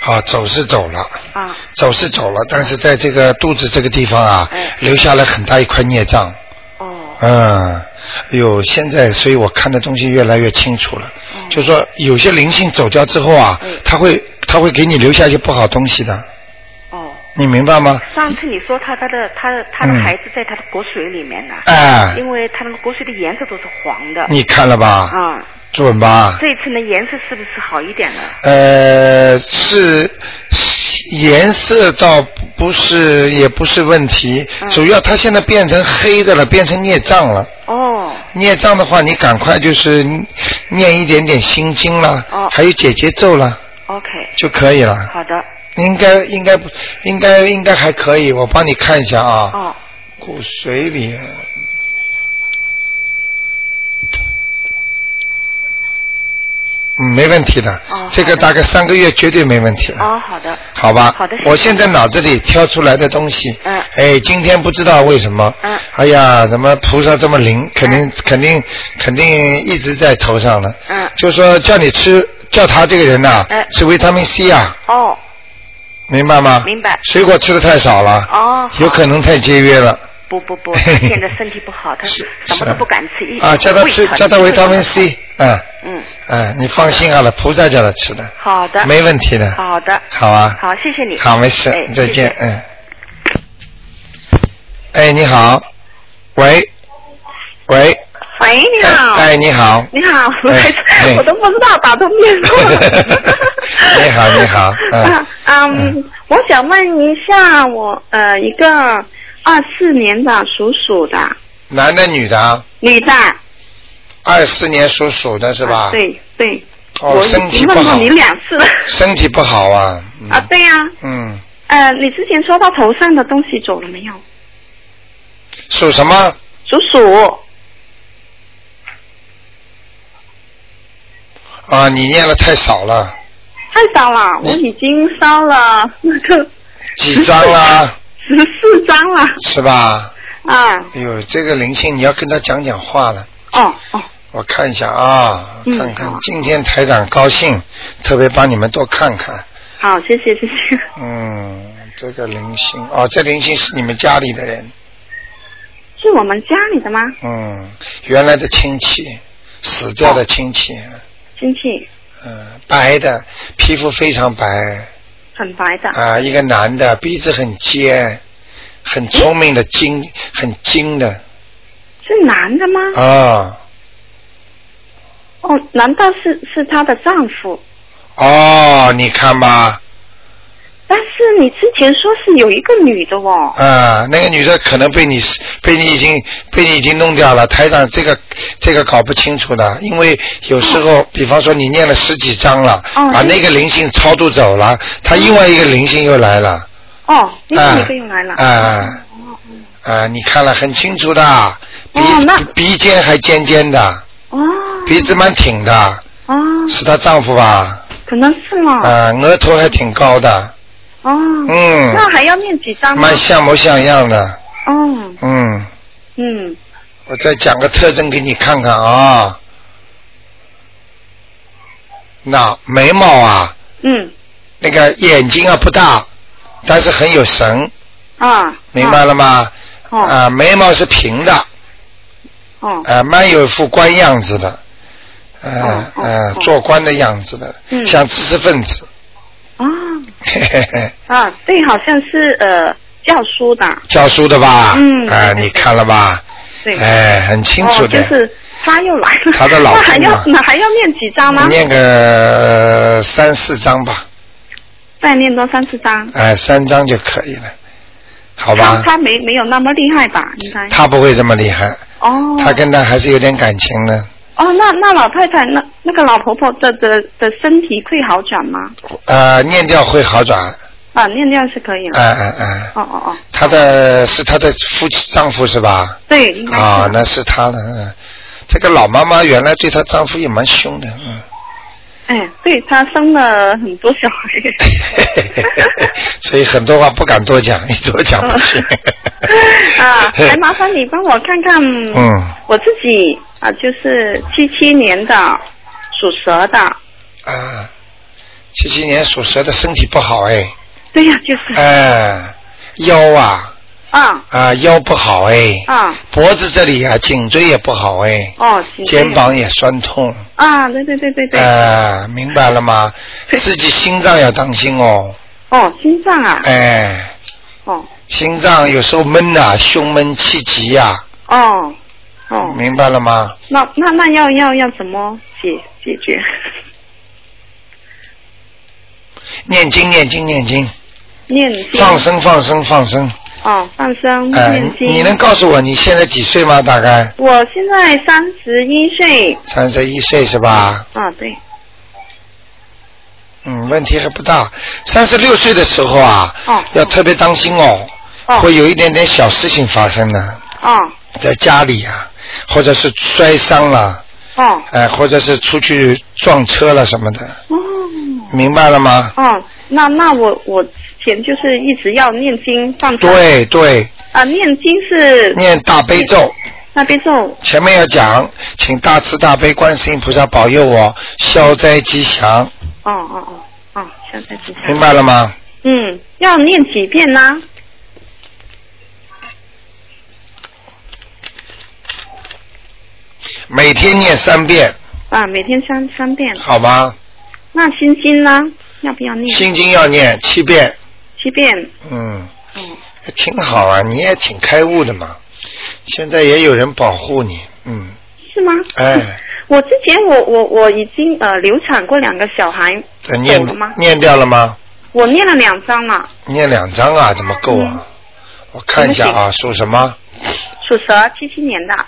[SPEAKER 1] 好，走是走了，
[SPEAKER 8] 啊，
[SPEAKER 1] 走是走了，但是在这个肚子这个地方啊，
[SPEAKER 8] 哎
[SPEAKER 1] 留下了很大一块孽障。
[SPEAKER 8] 哦，
[SPEAKER 1] 嗯，哎呦，现在所以我看的东西越来越清楚了。
[SPEAKER 8] 嗯
[SPEAKER 1] 就说有些灵性走掉之后啊，他会他会给你留下一些不好东西的，
[SPEAKER 8] 哦。
[SPEAKER 1] 你明白吗？
[SPEAKER 8] 上次你说他他的他的他的
[SPEAKER 1] 嗯
[SPEAKER 8] 孩子在他的骨髓里面呢，
[SPEAKER 1] 哎
[SPEAKER 8] 因为他们骨髓的颜色都是黄的。
[SPEAKER 1] 你看了吧？
[SPEAKER 8] 啊、
[SPEAKER 1] 准吧？
[SPEAKER 8] 这一次呢颜色是不是好一点了？
[SPEAKER 1] 呃，是颜色倒不是也不是问题，
[SPEAKER 8] 嗯
[SPEAKER 1] 主要它现在变成黑的了，变成孽障了。
[SPEAKER 8] 哦
[SPEAKER 1] 孽障的话，你赶快就是念一点点心经啦，
[SPEAKER 8] 哦
[SPEAKER 1] 还有解结咒啦，
[SPEAKER 8] ，OK，
[SPEAKER 1] 就可以了。
[SPEAKER 8] 好的，
[SPEAKER 1] 应该应该不应该应该还可以，我帮你看一下啊。
[SPEAKER 8] 哦
[SPEAKER 1] 骨髓里。嗯，没问题的，
[SPEAKER 8] 哦
[SPEAKER 1] 这个大概三个月绝对没问题的，
[SPEAKER 8] 哦好的，
[SPEAKER 1] 好吧？
[SPEAKER 8] 好的谢谢
[SPEAKER 1] 我现在脑子里挑出来的东西，
[SPEAKER 8] 嗯
[SPEAKER 1] 哎，今天不知道为什么，
[SPEAKER 8] 嗯
[SPEAKER 1] 哎呀，怎么菩萨这么灵，肯定、肯定肯定一直在头上了，
[SPEAKER 8] 嗯
[SPEAKER 1] 就说叫你吃，叫他这个人呐、
[SPEAKER 8] 嗯
[SPEAKER 1] 吃维他命 C 啊，
[SPEAKER 8] 哦
[SPEAKER 1] 明白吗？
[SPEAKER 8] 明白
[SPEAKER 1] 水果吃的太少了，
[SPEAKER 8] 哦，
[SPEAKER 1] 有可能太节约了。
[SPEAKER 8] 不不不，他现在身体不好，他
[SPEAKER 1] 是
[SPEAKER 8] 什么
[SPEAKER 1] 是
[SPEAKER 8] 都不敢吃，一
[SPEAKER 1] 啊，叫他吃，叫他维他命 C，嗯
[SPEAKER 8] 嗯，
[SPEAKER 1] 嗯，你放心好了，菩萨叫他吃的，
[SPEAKER 8] 好的，
[SPEAKER 1] 没问题的，
[SPEAKER 8] 好的，
[SPEAKER 1] 好啊，
[SPEAKER 8] 好，谢谢你，
[SPEAKER 1] 好，没事
[SPEAKER 8] 哎，
[SPEAKER 1] 再见
[SPEAKER 8] 谢，谢
[SPEAKER 1] 嗯。哎，你好，喂，喂，
[SPEAKER 9] 喂，你好，
[SPEAKER 1] 哎，你好，
[SPEAKER 9] 你好，
[SPEAKER 1] 哎哎
[SPEAKER 9] 我都不知道打通电话
[SPEAKER 1] 你好你 好嗯
[SPEAKER 9] 啊嗯，我想问一下我，呃一个二四年的属鼠的
[SPEAKER 1] 男的女的啊？
[SPEAKER 9] 女的，
[SPEAKER 1] 二四年属鼠的是吧？。
[SPEAKER 9] 啊对对，
[SPEAKER 1] 哦，
[SPEAKER 9] 我
[SPEAKER 1] 身
[SPEAKER 9] 已
[SPEAKER 1] 体
[SPEAKER 9] 经
[SPEAKER 1] 不
[SPEAKER 9] 问过
[SPEAKER 1] 好嗯
[SPEAKER 9] 你，两次了
[SPEAKER 1] 身体不好啊。嗯
[SPEAKER 9] 啊，对呀、
[SPEAKER 1] 嗯，
[SPEAKER 9] 呃，你之前说到头上的东西走了没有？
[SPEAKER 1] 属什么？
[SPEAKER 9] 属鼠，
[SPEAKER 1] 啊，你念了太少了，
[SPEAKER 9] 太少了，
[SPEAKER 1] 嗯
[SPEAKER 9] 我已经烧了那个
[SPEAKER 1] 几张 啦？
[SPEAKER 9] 十四张了
[SPEAKER 1] 是吧？
[SPEAKER 9] 啊，
[SPEAKER 1] 哎呦，这个灵性你要跟他讲讲话了。
[SPEAKER 9] 哦哦，
[SPEAKER 1] 我看一下啊，
[SPEAKER 9] 嗯
[SPEAKER 1] 看看、
[SPEAKER 9] 好
[SPEAKER 1] 今天台长高兴，特别帮你们多看看。
[SPEAKER 9] 好，谢谢谢谢。
[SPEAKER 1] 嗯，这个灵性哦，这灵性是你们家里的人，
[SPEAKER 8] 是我们家里的吗？
[SPEAKER 1] 嗯，原来的亲戚，死掉的亲戚，
[SPEAKER 8] 亲戚
[SPEAKER 1] 嗯，白的，皮肤非常白
[SPEAKER 8] 很白的，
[SPEAKER 1] 啊，一个男的，鼻子很尖，很聪明的精，很精的
[SPEAKER 8] 是男的吗？
[SPEAKER 1] 啊
[SPEAKER 8] 哦，难道是是她的丈夫？
[SPEAKER 1] 哦，你看吧，
[SPEAKER 8] 但是你之前说是有一个女的哦，
[SPEAKER 1] 啊，那个女的可能被你被你已经被你已经弄掉了，台长这个这个搞不清楚的，因为有时
[SPEAKER 8] 哦
[SPEAKER 1] 候，比方说你念了十几章了，把那个灵性超度走了，他另外一个灵性又来了，
[SPEAKER 8] 哦，另
[SPEAKER 1] 啊
[SPEAKER 8] 外一个又来了。
[SPEAKER 1] 啊啊，你看了很清楚的，鼻、
[SPEAKER 8] 哦那
[SPEAKER 1] 鼻尖还尖尖的，
[SPEAKER 8] 哦
[SPEAKER 1] 鼻子蛮挺的，
[SPEAKER 8] 哦，
[SPEAKER 1] 是她丈夫吧？
[SPEAKER 8] 可能是嘛。
[SPEAKER 1] 啊，额头还挺高的，
[SPEAKER 8] 哦。
[SPEAKER 1] 嗯
[SPEAKER 8] 那还要念几张吗？
[SPEAKER 1] 蛮像模像样的，
[SPEAKER 8] 哦，
[SPEAKER 1] 嗯。
[SPEAKER 8] 嗯，
[SPEAKER 1] 我再讲个特征给你看看啊。那眉毛啊，
[SPEAKER 8] 嗯，
[SPEAKER 1] 那个眼睛啊不大，但是很有神，
[SPEAKER 8] 啊，
[SPEAKER 1] 明白了吗？
[SPEAKER 8] 哦
[SPEAKER 1] 啊，眉毛是平的，
[SPEAKER 8] 哦，
[SPEAKER 1] 啊，蛮有一副官样子的，呃呃，做官的样子的，
[SPEAKER 8] 哦嗯
[SPEAKER 1] 像知识分子。
[SPEAKER 8] 啊
[SPEAKER 1] 嘿嘿嘿，
[SPEAKER 8] 啊，对，好像是呃教书的，
[SPEAKER 1] 教书的吧？
[SPEAKER 8] 嗯
[SPEAKER 1] 啊，你看了吧？
[SPEAKER 8] 对，
[SPEAKER 1] 哎，很清楚的。
[SPEAKER 8] 哦、就是他又来了，
[SPEAKER 1] 他的老公嘛啊
[SPEAKER 8] 那还要那还要念几张吗？
[SPEAKER 1] 念个呃三四章吧，
[SPEAKER 8] 再念多三四张，
[SPEAKER 1] 哎，三章就可以了，好
[SPEAKER 8] 他
[SPEAKER 1] 吧？
[SPEAKER 8] 他没没有那么厉害吧？应该
[SPEAKER 1] 他不会这么厉害，
[SPEAKER 8] 哦
[SPEAKER 1] 他跟他还是有点感情的。
[SPEAKER 8] 哦，那那老太太那那个老婆婆的的的身体会好转吗？
[SPEAKER 1] 呃，念掉会好转，
[SPEAKER 8] 啊，念念是可以了。
[SPEAKER 1] 哎哎哎，
[SPEAKER 8] 哦哦哦，
[SPEAKER 1] 他的是他的夫妻丈夫是吧？
[SPEAKER 8] 对，应该是。
[SPEAKER 1] 啊，那是他的。嗯，这个老妈妈原来对她丈夫也蛮凶的，嗯，
[SPEAKER 8] 哎，对她生了很多小孩。
[SPEAKER 1] 所以很多话不敢多讲，一多讲不行。
[SPEAKER 8] 啊，还麻烦你帮我看看，
[SPEAKER 1] 嗯，
[SPEAKER 8] 我自己啊，就是七七年的，属蛇的。
[SPEAKER 1] 啊，七七年属蛇的身体不好哎。
[SPEAKER 8] 对呀、就是
[SPEAKER 1] 哎，腰啊
[SPEAKER 8] 啊
[SPEAKER 1] 啊腰不好哎，
[SPEAKER 8] 啊
[SPEAKER 1] 脖子这里啊颈椎也不好哎，
[SPEAKER 8] 哦，颈椎
[SPEAKER 1] 肩膀也酸痛，
[SPEAKER 8] 啊，对对对对对，
[SPEAKER 1] 啊，明白了吗？自己心脏要当心哦，
[SPEAKER 8] 哦，心脏啊，
[SPEAKER 1] 哎，
[SPEAKER 8] 哦
[SPEAKER 1] 心脏有时候闷呐、胸闷气急呀、
[SPEAKER 8] 哦哦，
[SPEAKER 1] 明白了吗？
[SPEAKER 8] 那那那要要要怎么解解决？
[SPEAKER 1] 念经念经念经，
[SPEAKER 8] 念经
[SPEAKER 1] 放生放生放生，
[SPEAKER 8] 哦，放生
[SPEAKER 1] 哎、
[SPEAKER 8] 念经。
[SPEAKER 1] 你能告诉我你现在几岁吗？大概
[SPEAKER 8] 我现在三十一岁
[SPEAKER 1] 三十一岁是吧？
[SPEAKER 8] 啊，对，
[SPEAKER 1] 嗯，问题还不大。三十六岁的时候啊，
[SPEAKER 8] 哦
[SPEAKER 1] 要特别当心哦，
[SPEAKER 8] 哦
[SPEAKER 1] 会有一点点小事情发生的，
[SPEAKER 8] 哦
[SPEAKER 1] 在家里啊，或者是摔伤了，
[SPEAKER 8] 哦
[SPEAKER 1] 哎、或者是出去撞车了什么的，
[SPEAKER 8] 哦
[SPEAKER 1] 明白了吗？
[SPEAKER 8] 哦，那那我我之前就是一直要念经放生
[SPEAKER 1] 对对，
[SPEAKER 8] 啊，念经是
[SPEAKER 1] 念大悲咒，
[SPEAKER 8] 那边哦咒
[SPEAKER 1] 前面要讲，请大慈大悲观世音菩萨保佑我消灾吉祥，
[SPEAKER 8] 哦哦哦哦，现在几下
[SPEAKER 1] 明白了吗？
[SPEAKER 8] 嗯，要念几遍呢？
[SPEAKER 1] 每天念三遍，
[SPEAKER 8] 啊，每天三三遍。
[SPEAKER 1] 好吗？
[SPEAKER 8] 那心经呢？要不要念？
[SPEAKER 1] 心经要念七遍，
[SPEAKER 8] 七遍。
[SPEAKER 1] 嗯。
[SPEAKER 8] 嗯，
[SPEAKER 1] 挺好啊，你也挺开悟的嘛。现在也有人保护你，嗯，
[SPEAKER 8] 是吗？
[SPEAKER 1] 哎，
[SPEAKER 8] 我之前我我我已经呃流产过两个小孩，
[SPEAKER 1] 这念
[SPEAKER 8] 懂了吗
[SPEAKER 1] 念掉了吗？
[SPEAKER 8] 我念了两张了，
[SPEAKER 1] 念两张啊，怎么够
[SPEAKER 8] 嗯
[SPEAKER 1] 啊？我看一下啊，属什么？
[SPEAKER 8] 属蛇，七七年的。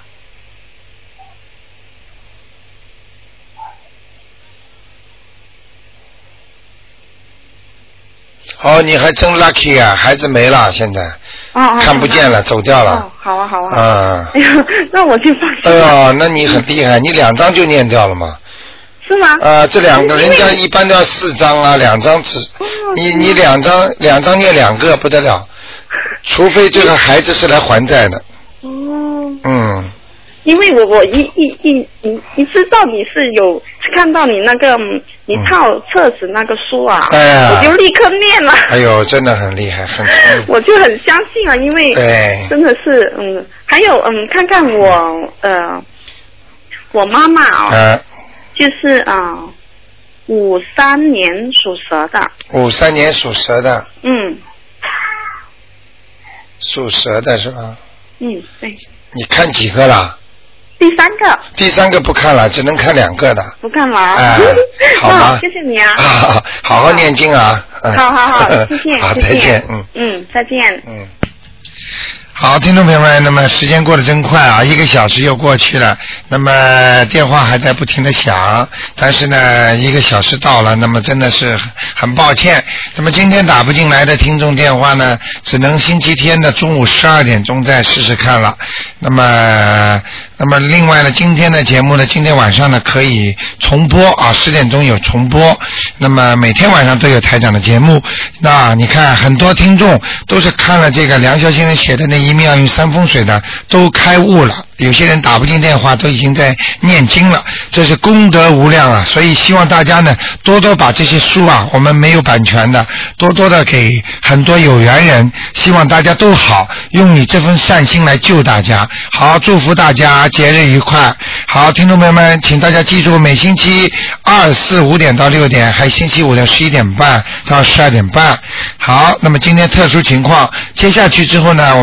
[SPEAKER 1] 哦，你还真 lucky 啊，孩子没了，现在
[SPEAKER 8] 哦哦。
[SPEAKER 1] 看不见了，走掉
[SPEAKER 8] 哦
[SPEAKER 1] 了，。
[SPEAKER 8] 好啊好啊。
[SPEAKER 1] 啊，
[SPEAKER 8] 哎呀， 那我就放
[SPEAKER 1] 哎
[SPEAKER 8] 心了，
[SPEAKER 1] 呦，那你很厉害，你两张就念掉了嘛？
[SPEAKER 8] 是吗？
[SPEAKER 1] 啊，这两个
[SPEAKER 8] 因为
[SPEAKER 1] 人家一般都要四张啊，两张纸，你
[SPEAKER 8] 哦是吗
[SPEAKER 1] 你两张两张念两个不得了，除非这个孩子是来还债的，
[SPEAKER 8] 哦，
[SPEAKER 1] 嗯。
[SPEAKER 8] 因为我我一一一一一知道你是有看到你那个嗯你套册子那个书啊，
[SPEAKER 1] 哎呀
[SPEAKER 8] 我就立刻念了，
[SPEAKER 1] 哎呦，真的很厉害，很
[SPEAKER 8] 我就很相信啊了，因为
[SPEAKER 1] 对
[SPEAKER 8] 真的是嗯，还有嗯，看看我呃，我妈妈啊、
[SPEAKER 1] 呃，
[SPEAKER 8] 就是啊，五、三年属蛇的，
[SPEAKER 1] 五三年属蛇的，
[SPEAKER 8] 嗯
[SPEAKER 1] 属蛇的是吧？
[SPEAKER 8] 嗯，对，
[SPEAKER 1] 你看几个了？
[SPEAKER 8] 第三个
[SPEAKER 1] 第三个不看了，只能看两个的。
[SPEAKER 8] 不看了啊，
[SPEAKER 1] 哎好
[SPEAKER 8] 那
[SPEAKER 1] 吗
[SPEAKER 8] 谢谢你啊，
[SPEAKER 1] 啊，好好念经啊！嗯
[SPEAKER 8] 好好 好，谢谢，
[SPEAKER 1] 好，
[SPEAKER 8] 谢
[SPEAKER 1] 再
[SPEAKER 8] 谢，
[SPEAKER 1] 见，嗯。
[SPEAKER 8] 嗯，再见。
[SPEAKER 1] 嗯，好，听众朋友们，那么时间过得真快啊，一个小时又过去了。那么电话还在不停的响，但是呢，一个小时到了，那么真的是很很抱歉。那么今天打不进来的听众电话呢，只能星期天的中午十二点钟再试试看了。那么，那么另外呢，今天的节目呢，今天晚上呢可以重播啊，十点钟有重播。那么每天晚上都有台长的节目。那你看，很多听众都是看了这个梁霄先生写的那一命要用三风水的，都开悟了。有些人打不进电话，都已经在念经了，这是功德无量啊！所以希望大家呢，多多把这些书啊，我们没有版权的，多多的给很多有缘人。希望大家都好，用你这份善心来救大家。好，祝福大家节日愉快。好，听众朋友们，请大家记住，每星期二、四、五点到六点，还星期五的十一点半到十二点半。好，那么今天特殊情况，接下去之后呢，我。